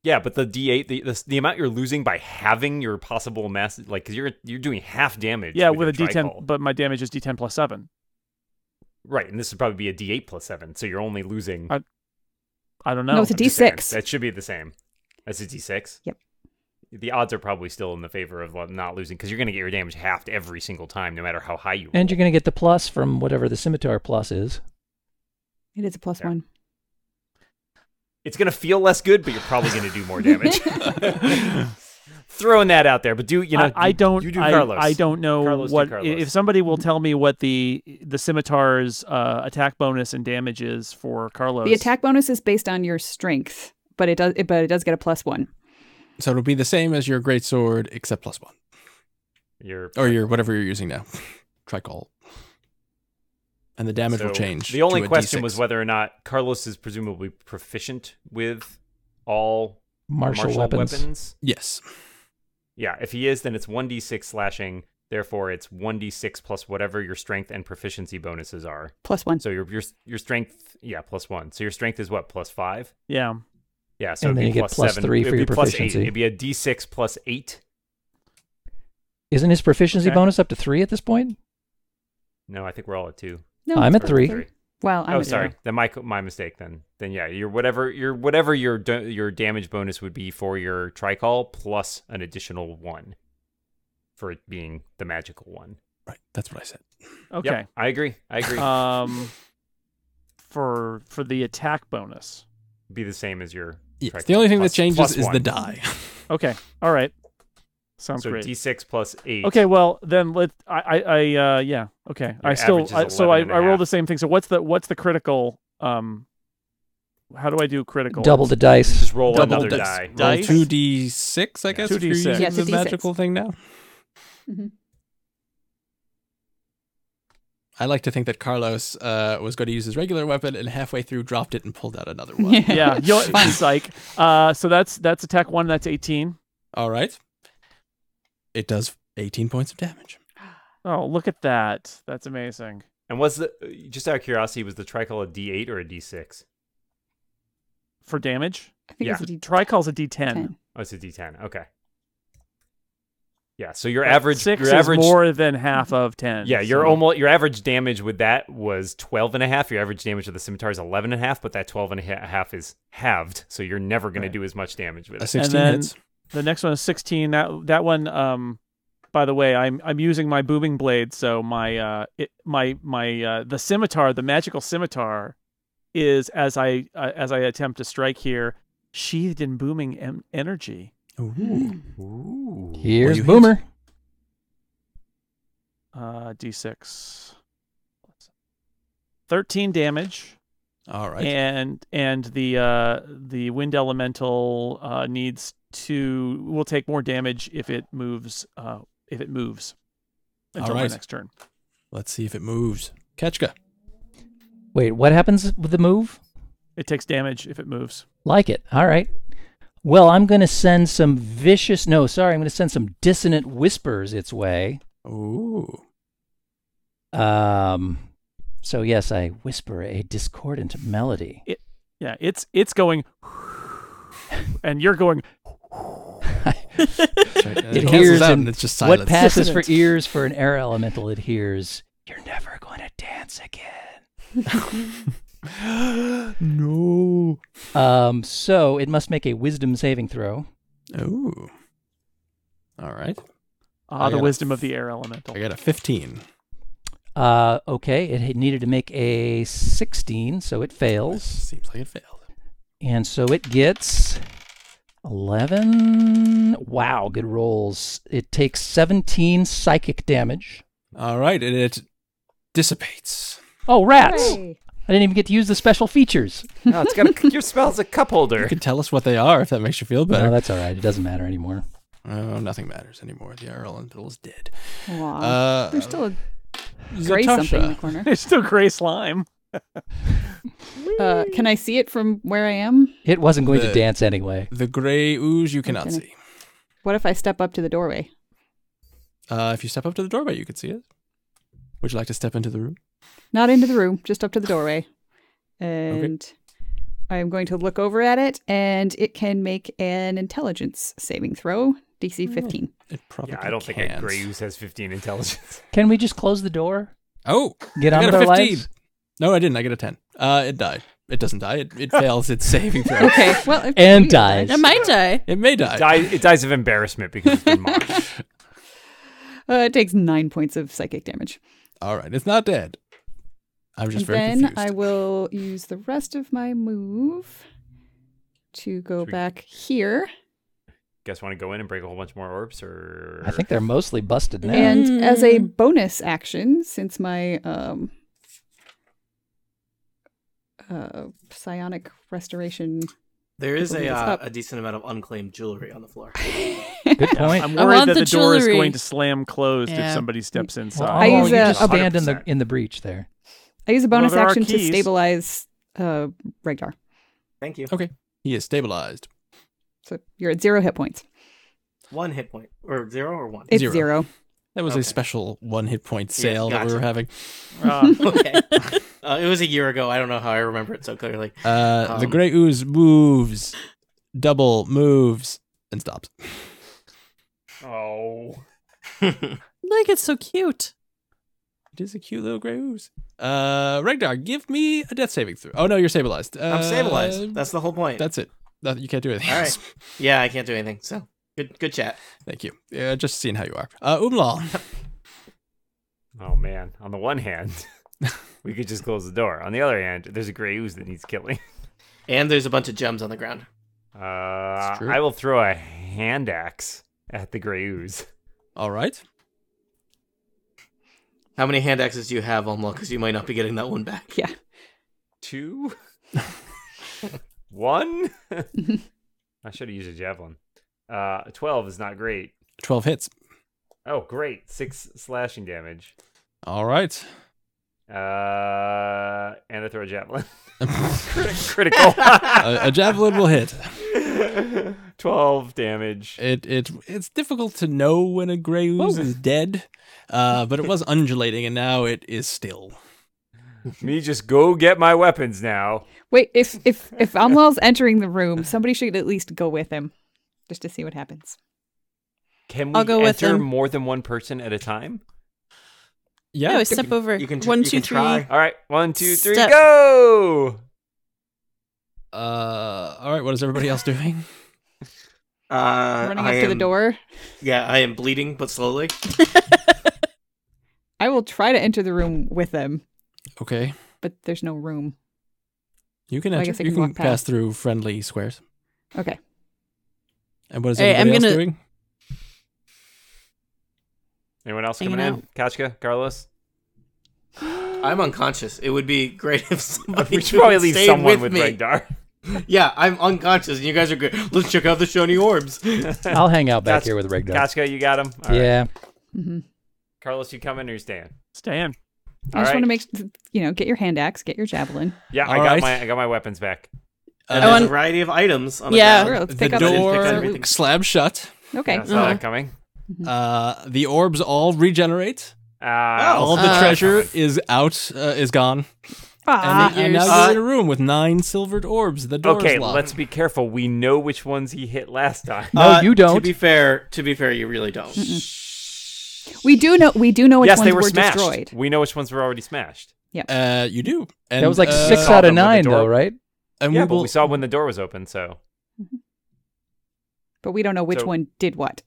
Speaker 5: Yeah, but the D8, the, the the amount you're losing by having your possible mass, like, because you're you're doing half damage.
Speaker 1: Yeah,
Speaker 5: with,
Speaker 1: with a
Speaker 5: your
Speaker 1: d10,
Speaker 5: tricol.
Speaker 1: but my damage is d10 plus seven.
Speaker 5: right, and this would probably be a D8 plus seven, so you're only losing.
Speaker 1: I- I don't know.
Speaker 7: No, it's a
Speaker 5: I'm just saying,
Speaker 7: D6.
Speaker 5: That should be the same. That's a D6.
Speaker 7: Yep.
Speaker 5: The odds are probably still in the favor of like, not losing because you're going to get your damage halved every single time, no matter how high you.
Speaker 4: And
Speaker 5: roll.
Speaker 4: you're going to get the plus from whatever the scimitar plus is.
Speaker 7: It is a plus
Speaker 5: Yeah.
Speaker 7: one.
Speaker 5: it's going to feel less good, but you're probably going to do more damage. Throwing that out there, but do you know?
Speaker 1: I, I
Speaker 5: you-
Speaker 1: don't.
Speaker 5: You do
Speaker 1: I,
Speaker 5: Carlos.
Speaker 1: I don't know
Speaker 5: Carlos do
Speaker 1: what.
Speaker 5: Carlos.
Speaker 1: If somebody will tell me what the the scimitar's uh, attack bonus and damage is for Carlos,
Speaker 7: The attack bonus is based on your strength, but it does. It, but it does get a plus one.
Speaker 2: so it'll be the same as your great sword, except plus one.
Speaker 5: You're
Speaker 2: Or your whatever you're using now. Tricol. And the damage will
Speaker 5: So
Speaker 2: change.
Speaker 5: The only
Speaker 2: to a
Speaker 5: question
Speaker 2: D6.
Speaker 5: was whether or not Carlos is presumably proficient with all
Speaker 4: Martial, weapons.
Speaker 2: Yes.
Speaker 5: Yeah, if he is, then it's 1d6 slashing. Therefore, it's 1d6 plus whatever your strength and proficiency bonuses are.
Speaker 7: Plus one.
Speaker 5: So your your your strength, yeah, plus one. So your strength is what plus five.
Speaker 1: yeah,
Speaker 5: Yeah, so
Speaker 4: And
Speaker 5: it'd
Speaker 4: then
Speaker 5: be
Speaker 4: you get
Speaker 5: plus
Speaker 4: plus
Speaker 5: seven.
Speaker 4: three
Speaker 5: it'd
Speaker 4: for
Speaker 5: be
Speaker 4: your
Speaker 5: plus
Speaker 4: proficiency.
Speaker 5: Eight. It'd be a d6 plus eight.
Speaker 4: Isn't his proficiency
Speaker 1: Okay.
Speaker 4: bonus up to three at this point?
Speaker 5: No, I think we're all at two.
Speaker 7: No,
Speaker 4: I'm at
Speaker 5: Or
Speaker 4: three.
Speaker 7: Well, I'm
Speaker 5: oh,
Speaker 7: at
Speaker 5: sorry.
Speaker 7: zero.
Speaker 5: Then my co- my mistake. Then then yeah, your whatever your whatever your da- your damage bonus would be for your tricol plus an additional one for it being the magical one.
Speaker 2: Right. That's what I said.
Speaker 1: okay.
Speaker 5: Yep, I agree. I agree.
Speaker 1: Um, for for the attack bonus.
Speaker 5: be the same as your.
Speaker 2: Yes.
Speaker 5: tricol,
Speaker 2: The only thing
Speaker 5: plus-
Speaker 2: that changes
Speaker 5: plus
Speaker 2: is the
Speaker 5: one.
Speaker 2: die.
Speaker 1: Okay, all right, sounds
Speaker 5: So
Speaker 1: great.
Speaker 5: d6 plus eight.
Speaker 1: okay, well then let I I, I uh, yeah okay I
Speaker 5: Your
Speaker 1: still
Speaker 5: average is
Speaker 1: I, so I,
Speaker 5: 11 and a
Speaker 1: I roll
Speaker 5: half.
Speaker 1: the same thing. So what's the what's the critical um? How do I do critical?
Speaker 4: Double the dice.
Speaker 5: Just roll
Speaker 2: Double
Speaker 5: another
Speaker 2: dice.
Speaker 5: die.
Speaker 2: Roll
Speaker 1: Dice?
Speaker 2: two d six, I
Speaker 5: Yeah.
Speaker 2: guess.
Speaker 1: Two
Speaker 2: if you're
Speaker 1: D6.
Speaker 2: using
Speaker 1: Yeah,
Speaker 7: it's a
Speaker 2: the
Speaker 7: D6.
Speaker 2: magical thing now.
Speaker 7: Mhm.
Speaker 2: I like to think that Carlos uh, was going to use his regular weapon and halfway through dropped it and pulled out another one.
Speaker 7: Yeah.
Speaker 1: yeah, you'll,
Speaker 2: Fine.
Speaker 1: psych. Uh, so that's that's attack one. That's eighteen.
Speaker 2: All right. It does 18 points of damage.
Speaker 1: Oh, look at that! That's amazing.
Speaker 5: And was the just out of curiosity was the tricol a d8 or a d6?
Speaker 1: For damage,
Speaker 7: I think
Speaker 5: Yeah.
Speaker 7: it's a D10.
Speaker 1: tricol's a D10.
Speaker 5: Oh, it's a d10. Okay. Yeah. So your
Speaker 1: But
Speaker 5: average
Speaker 1: six
Speaker 5: your
Speaker 1: is
Speaker 5: average
Speaker 1: more than half of ten.
Speaker 5: Yeah, your
Speaker 1: so-
Speaker 5: almost your average damage with that was 12 and a half. Your average damage with the scimitar is 11 and a half, but that 12 and a ha- half is halved, so you're never going
Speaker 1: Right.
Speaker 5: to do as much damage with
Speaker 2: A
Speaker 5: it.
Speaker 2: 16
Speaker 1: then-
Speaker 2: Uh, hits.
Speaker 1: The next one is sixteen. That that one. Um, by the way, I'm I'm using my booming blade, so my uh it, my my uh the scimitar, the magical scimitar, is as I uh, as I attempt to strike here, sheathed in booming em- energy.
Speaker 2: Ooh.
Speaker 4: Here's
Speaker 2: you hit?
Speaker 4: Boomer.
Speaker 1: Uh, D6. 13 damage
Speaker 2: All right.
Speaker 1: and and the uh the wind elemental uh needs to will take more damage if it moves uh if it moves until my
Speaker 2: Alright.
Speaker 1: next turn.
Speaker 2: Let's see if it moves. Ketchka.
Speaker 4: Wait, what happens with the move?
Speaker 1: It takes damage if it moves.
Speaker 4: Like it. All right. Well, I'm going to send some vicious, no, sorry, I'm going to send some dissonant whispers its way.
Speaker 2: Ooh.
Speaker 4: Um, so, yes, I whisper a discordant melody.
Speaker 1: Yeah, it's it's going and you're going
Speaker 2: It,
Speaker 4: It
Speaker 2: cancels
Speaker 4: hears
Speaker 2: out
Speaker 4: and
Speaker 2: and it's just silence.
Speaker 4: What passes for
Speaker 2: Isn't it?
Speaker 4: ears for an air elemental adheres. You're never going to dance again.
Speaker 2: no.
Speaker 4: Um, so it must make a wisdom saving throw.
Speaker 2: Oh. All right.
Speaker 1: Ah,
Speaker 5: Oh,
Speaker 2: I
Speaker 1: the
Speaker 2: got a-
Speaker 1: wisdom of the air elemental.
Speaker 2: I got a 15.
Speaker 4: Uh, okay, it had- needed to make a 16, so it fails.
Speaker 2: Seems like it failed.
Speaker 4: And so it gets 11. Wow, good rolls. It takes 17 psychic damage.
Speaker 2: All right, and it dissipates.
Speaker 4: Oh, rats!
Speaker 7: Hooray.
Speaker 4: I didn't even get to use the special features.
Speaker 5: No, it's got a, your spell's a cup
Speaker 2: You
Speaker 5: holder.
Speaker 2: can tell us what they are if that makes you feel
Speaker 4: No,
Speaker 2: better.
Speaker 4: that's all right. It doesn't matter anymore.
Speaker 2: Oh, nothing matters anymore. The Earl and Bill is dead.
Speaker 7: Aw.
Speaker 2: Uh,
Speaker 7: There's still a gray something in the corner.
Speaker 1: There's still gray slime.
Speaker 7: Uh, can I see it from where I am?
Speaker 4: It wasn't going to
Speaker 2: The-
Speaker 4: dance anyway.
Speaker 2: The gray ooze you cannot
Speaker 7: Okay.
Speaker 2: see.
Speaker 7: What if I step up to the doorway?
Speaker 2: Uh, if you step up to the doorway, you can see it. Would you like to step into the room?
Speaker 7: Not into the room, just up to the doorway. And I'm going to look over at it, and it can make an intelligence saving throw, DC 15.
Speaker 2: It probably
Speaker 5: Yeah, I don't think a
Speaker 2: can't.
Speaker 5: gray goose has 15 intelligence.
Speaker 4: Can we just close the door?
Speaker 2: Oh,
Speaker 4: Get
Speaker 2: I
Speaker 4: on
Speaker 2: got
Speaker 4: with
Speaker 2: a
Speaker 4: our
Speaker 2: 15.
Speaker 4: lives?
Speaker 2: No, I didn't. I get a 10. Uh, it died. It doesn't die. It, it fails its saving throw.
Speaker 7: Okay, well, if
Speaker 4: And
Speaker 7: you die-
Speaker 4: dies.
Speaker 6: It might die.
Speaker 2: It may die.
Speaker 5: Die, it dies of embarrassment because it's been mocked.
Speaker 7: Uh, it takes nine points of psychic damage.
Speaker 2: All right, it's not dead. I'm just very
Speaker 7: then
Speaker 2: confused.
Speaker 7: I will use the rest of my move to go
Speaker 5: Should we-
Speaker 7: back here.
Speaker 5: Guys, want to go in and break a whole bunch more orbs, or
Speaker 4: I think they're mostly busted now.
Speaker 7: And as a
Speaker 6: Mm.
Speaker 7: bonus action, since my um, uh, psionic restoration,
Speaker 3: There is
Speaker 7: Something
Speaker 3: a,
Speaker 7: that's
Speaker 3: uh,
Speaker 7: up.
Speaker 3: a decent amount of unclaimed jewelry on the floor.
Speaker 4: Good point.
Speaker 1: I'm
Speaker 6: I
Speaker 1: worried
Speaker 6: want
Speaker 1: that the,
Speaker 6: the
Speaker 1: door is
Speaker 6: jewelry.
Speaker 1: going to slam closed if
Speaker 6: Yeah.
Speaker 1: somebody steps
Speaker 4: Well,
Speaker 1: inside.
Speaker 7: I
Speaker 4: I'll-
Speaker 7: use
Speaker 4: you
Speaker 7: a-
Speaker 4: just
Speaker 7: a
Speaker 4: stand in the
Speaker 5: 100%.
Speaker 4: in the breach there.
Speaker 7: I use a
Speaker 1: Well,
Speaker 7: bonus
Speaker 1: there are
Speaker 7: action to
Speaker 1: keys.
Speaker 7: stabilize uh, Regdar.
Speaker 3: Thank you.
Speaker 2: Okay, he is stabilized.
Speaker 7: So you're at zero hit points.
Speaker 3: One hit point, or zero, or one.
Speaker 7: It's
Speaker 2: Zero.
Speaker 7: zero.
Speaker 2: That was a
Speaker 3: Okay.
Speaker 2: special one hit point
Speaker 3: Yeah,
Speaker 2: sale that we
Speaker 3: gotcha.
Speaker 2: were having.
Speaker 1: Ah,
Speaker 3: okay. Uh, it was a year ago. I don't know how I remember it so clearly.
Speaker 2: Uh, the
Speaker 3: Um,
Speaker 2: gray ooze moves, double moves, and stops.
Speaker 5: Oh,
Speaker 6: Like it's so cute.
Speaker 2: It is a cute little gray ooze. Uh, Regdar, give me a death saving throw. Oh no, you're stabilized. Uh,
Speaker 3: I'm stabilized. That's the whole point.
Speaker 2: that's it. Nothing- you can't do anything.
Speaker 3: All
Speaker 2: else.
Speaker 3: right. Yeah, I can't do anything. So good, good chat.
Speaker 2: Thank you. Yeah, just seeing how you are. Uh, Umlaw.
Speaker 5: oh man! On the one hand, we could just close the door. On the other hand, there's a gray ooze that needs killing.
Speaker 3: And there's a bunch of gems on the ground.
Speaker 5: Uh,
Speaker 2: true.
Speaker 5: I will throw a hand axe at the gray ooze.
Speaker 2: All right.
Speaker 3: How many hand axes do you have, Omla? Because you might not be getting that one back.
Speaker 7: Yeah.
Speaker 5: Two, one. I should have used a javelin. Uh, twelve is not great.
Speaker 2: Twelve hits.
Speaker 5: Oh, great! Six slashing damage.
Speaker 2: All right.
Speaker 5: Uh, and I throw a javelin.
Speaker 2: a,
Speaker 5: Critical.
Speaker 2: a javelin will hit.
Speaker 5: 12 damage.
Speaker 2: It it it's difficult to know when a gray ooze is dead, uh, but it was undulating and now it is still.
Speaker 5: Me just go get my weapons now.
Speaker 7: Wait, if if if Amlal's entering the room, somebody should at least go with him, just to see what happens.
Speaker 5: Can we
Speaker 6: I'll go with
Speaker 5: enter
Speaker 6: them.
Speaker 5: more than one person at a time?
Speaker 6: Yeah,
Speaker 7: Oh,
Speaker 2: Yeah,
Speaker 6: I step over.
Speaker 3: You can tr-
Speaker 6: One,
Speaker 3: you
Speaker 6: two,
Speaker 3: can
Speaker 6: three.
Speaker 3: try.
Speaker 5: All right, one, two, three,
Speaker 6: Step.
Speaker 5: go!
Speaker 2: Uh, all right. What is everybody else doing?
Speaker 3: Uh,
Speaker 7: Running
Speaker 3: I
Speaker 7: up to the
Speaker 3: am-
Speaker 7: door,
Speaker 3: Yeah, I am bleeding, but slowly.
Speaker 7: I will try to enter the room with them,
Speaker 2: Okay,
Speaker 7: but there's no room.
Speaker 2: you can
Speaker 7: I
Speaker 2: enter,
Speaker 7: guess I
Speaker 2: you
Speaker 7: can
Speaker 2: can
Speaker 7: walk
Speaker 2: pass.
Speaker 7: past.
Speaker 2: through friendly squares.
Speaker 7: Okay,
Speaker 2: And what is
Speaker 6: Hey, I'm
Speaker 2: everybody else
Speaker 6: gonna-
Speaker 2: doing?
Speaker 5: Anyone else
Speaker 6: Hanging
Speaker 5: coming in? Kashka, Carlos?
Speaker 3: I'm unconscious. It would be great if somebody
Speaker 5: We should probably leave
Speaker 3: stayed
Speaker 5: someone with,
Speaker 3: me.
Speaker 5: Regdar.
Speaker 3: Yeah, I'm unconscious, and you guys are good. Let's check out the shiny orbs.
Speaker 4: I'll hang out back
Speaker 5: Gotcha.
Speaker 4: here with Regdar.
Speaker 5: Kashka, you got him? All right.
Speaker 4: yeah.
Speaker 7: hmm
Speaker 5: Carlos, you coming or you staying?
Speaker 1: Stan.
Speaker 7: I
Speaker 5: All
Speaker 7: just
Speaker 5: right.
Speaker 7: want to make you know, get your hand axe, get your javelin.
Speaker 5: Yeah, I
Speaker 2: All
Speaker 5: got
Speaker 2: right.
Speaker 5: my I got my weapons back.
Speaker 3: And
Speaker 4: Uh,
Speaker 6: I
Speaker 2: Oh,
Speaker 3: there's
Speaker 6: want-
Speaker 3: a variety of items on the
Speaker 5: Uh,
Speaker 6: Yeah.
Speaker 3: ground.
Speaker 7: Sure, let's
Speaker 2: Uh, the
Speaker 7: Oh, pick up
Speaker 3: didn't pick
Speaker 2: door
Speaker 3: everything.
Speaker 2: slab shut.
Speaker 7: Okay, Mm-hmm.
Speaker 5: Yeah, I saw
Speaker 6: Uh-huh.
Speaker 5: that coming.
Speaker 7: Hmm.
Speaker 2: Uh, the orbs all regenerate.
Speaker 5: Uh,
Speaker 3: Oh.
Speaker 2: All of the
Speaker 6: Uh,
Speaker 2: treasure is out. Uh, is gone. And,
Speaker 6: Ah,
Speaker 2: they- and now
Speaker 5: Uh,
Speaker 2: you're in a room with nine silvered orbs. The door's
Speaker 5: Okay,
Speaker 2: locked.
Speaker 5: let's be careful. We know which ones he hit last time.
Speaker 4: No, you
Speaker 3: Uh, To
Speaker 4: don't.
Speaker 3: be fair, to be fair, you really don't.
Speaker 7: We do know we do know which
Speaker 5: yes,
Speaker 7: ones
Speaker 5: they were, smashed.
Speaker 7: destroyed.
Speaker 5: We know which ones were already smashed.
Speaker 2: Uh, you do. And,
Speaker 4: that was like
Speaker 2: uh,
Speaker 4: six
Speaker 5: saw
Speaker 4: out of
Speaker 5: them with the
Speaker 4: nine, though,
Speaker 5: door.
Speaker 4: right?
Speaker 2: And
Speaker 5: yeah,
Speaker 2: we
Speaker 5: but
Speaker 2: will.
Speaker 5: we saw when the door was open. So
Speaker 7: But we don't know which
Speaker 5: So-
Speaker 7: one did what.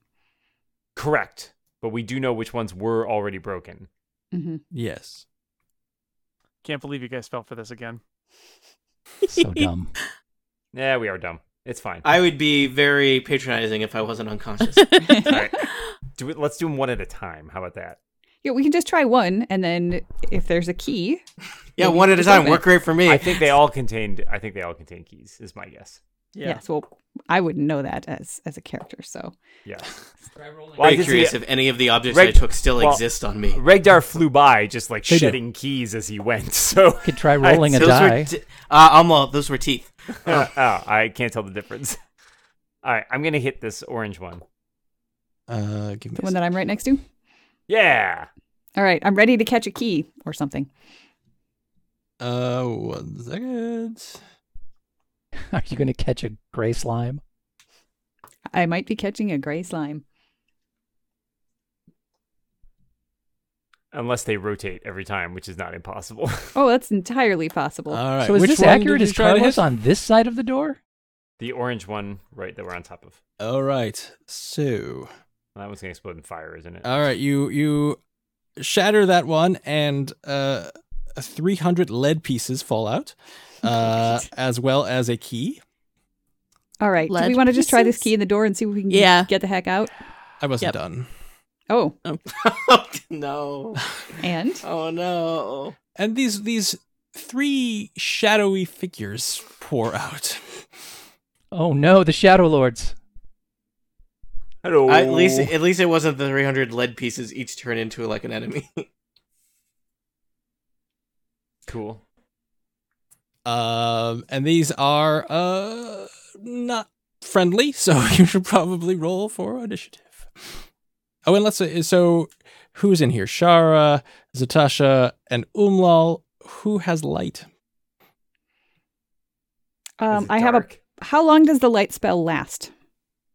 Speaker 5: correct, but we do know which ones were already broken.
Speaker 7: hmm
Speaker 2: yes.
Speaker 1: Can't believe you guys fell for this again.
Speaker 4: So dumb.
Speaker 5: Yeah, we are dumb. It's fine.
Speaker 3: I would be very patronizing if I wasn't unconscious.
Speaker 5: All right. Do it, let's do them one at a time. How about that?
Speaker 7: Yeah, we can just try one, and then if there's a key,
Speaker 3: yeah, one at a
Speaker 7: Just
Speaker 3: time.
Speaker 7: open it.
Speaker 3: Work great for me.
Speaker 5: I think they all contained. I think they all contain keys. Is my guess.
Speaker 7: yes. Well, I wouldn't know that as as a character, so
Speaker 5: Yeah. Well, I
Speaker 3: Very
Speaker 5: did see
Speaker 3: curious
Speaker 5: it-
Speaker 3: if any of the objects
Speaker 5: Reg-
Speaker 3: I took still
Speaker 5: well,
Speaker 3: exist on me.
Speaker 5: Regdar flew by just like
Speaker 2: They do.
Speaker 5: shedding keys as he went. So
Speaker 4: Could try rolling a
Speaker 3: Those
Speaker 4: die.
Speaker 3: were t- uh, Alma, those were teeth.
Speaker 5: oh, I can't tell the difference. All right, I'm gonna hit this orange one.
Speaker 2: Uh, give me
Speaker 7: the
Speaker 2: a
Speaker 7: one that I'm right next to.
Speaker 5: Yeah.
Speaker 7: All right, I'm ready to catch a key or something.
Speaker 2: sec- Uh, one second.
Speaker 4: Are you going to catch a gray slime?
Speaker 7: I might be catching a gray slime.
Speaker 5: Unless they rotate every time, which is not impossible.
Speaker 7: Oh, that's entirely possible.
Speaker 5: Uh,
Speaker 2: All right.
Speaker 4: so is
Speaker 2: which
Speaker 4: this
Speaker 2: one
Speaker 4: accurate?
Speaker 2: did
Speaker 4: Is
Speaker 2: you try to
Speaker 4: Carlos
Speaker 2: hit?
Speaker 4: on this side of the door?
Speaker 5: the orange one, right, that we're on top of.
Speaker 2: All right. So,
Speaker 5: That one's gonna explode in fire, isn't it?
Speaker 2: all right, you you shatter that one, and uh, 300 lead pieces fall out, uh,
Speaker 7: Great.
Speaker 2: as well as a key.
Speaker 7: All right, do
Speaker 6: Lead
Speaker 7: we want to just try this
Speaker 6: pieces?
Speaker 7: key in the door and see if we can
Speaker 6: Yeah.
Speaker 7: get the heck out?
Speaker 2: I wasn't
Speaker 6: Yep.
Speaker 2: done.
Speaker 7: Oh,
Speaker 3: no.
Speaker 7: and
Speaker 3: Oh no.
Speaker 2: And these these three shadowy figures pour out.
Speaker 4: Oh no, the Shadow Lords.
Speaker 5: Hello.
Speaker 3: At least at least it wasn't the 300 lead pieces each turn into like an enemy.
Speaker 5: cool.
Speaker 2: Um, and these are uh not friendly, so you should probably roll for initiative. Oh, and let's say so. Who's in here? Shara, Zatasha, and Umlal. Who has light?
Speaker 7: um, I have a. How long does the light spell last?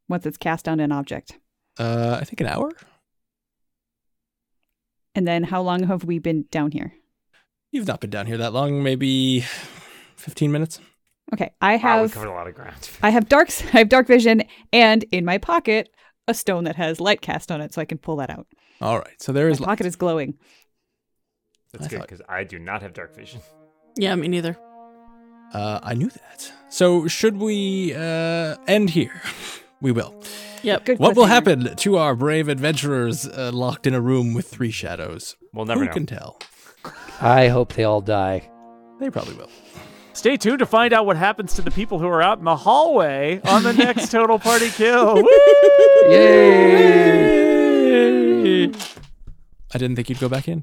Speaker 7: Once it's cast on an object,
Speaker 2: Uh, I think an hour.
Speaker 7: and then how long have we been down here?
Speaker 2: You've not been down here that long. Maybe fifteen minutes.
Speaker 7: Okay, I
Speaker 5: Wow, we
Speaker 7: have
Speaker 5: covered a lot of ground.
Speaker 7: I have dark s- I have dark vision and in my pocket a stone that has light cast on it so I can pull that out.
Speaker 2: All right. So there
Speaker 7: My
Speaker 2: is light.
Speaker 7: pocket is glowing.
Speaker 5: That's
Speaker 2: I
Speaker 5: good
Speaker 2: thought-
Speaker 5: because I do not have dark vision.
Speaker 6: yeah, me neither.
Speaker 2: Uh, I knew that. So should we uh end here? We will.
Speaker 6: Yep.
Speaker 7: Good
Speaker 2: What will
Speaker 7: cliffhanger.
Speaker 2: happen to our brave adventurers uh, locked in a room with three shadows?
Speaker 5: We'll never
Speaker 2: Who
Speaker 5: know.
Speaker 2: can tell?
Speaker 4: I hope they all die.
Speaker 2: They probably will.
Speaker 1: Stay tuned to find out what happens to the people who are out in the hallway on the next Total Party Kill. Woo!
Speaker 2: I didn't think you'd go back in.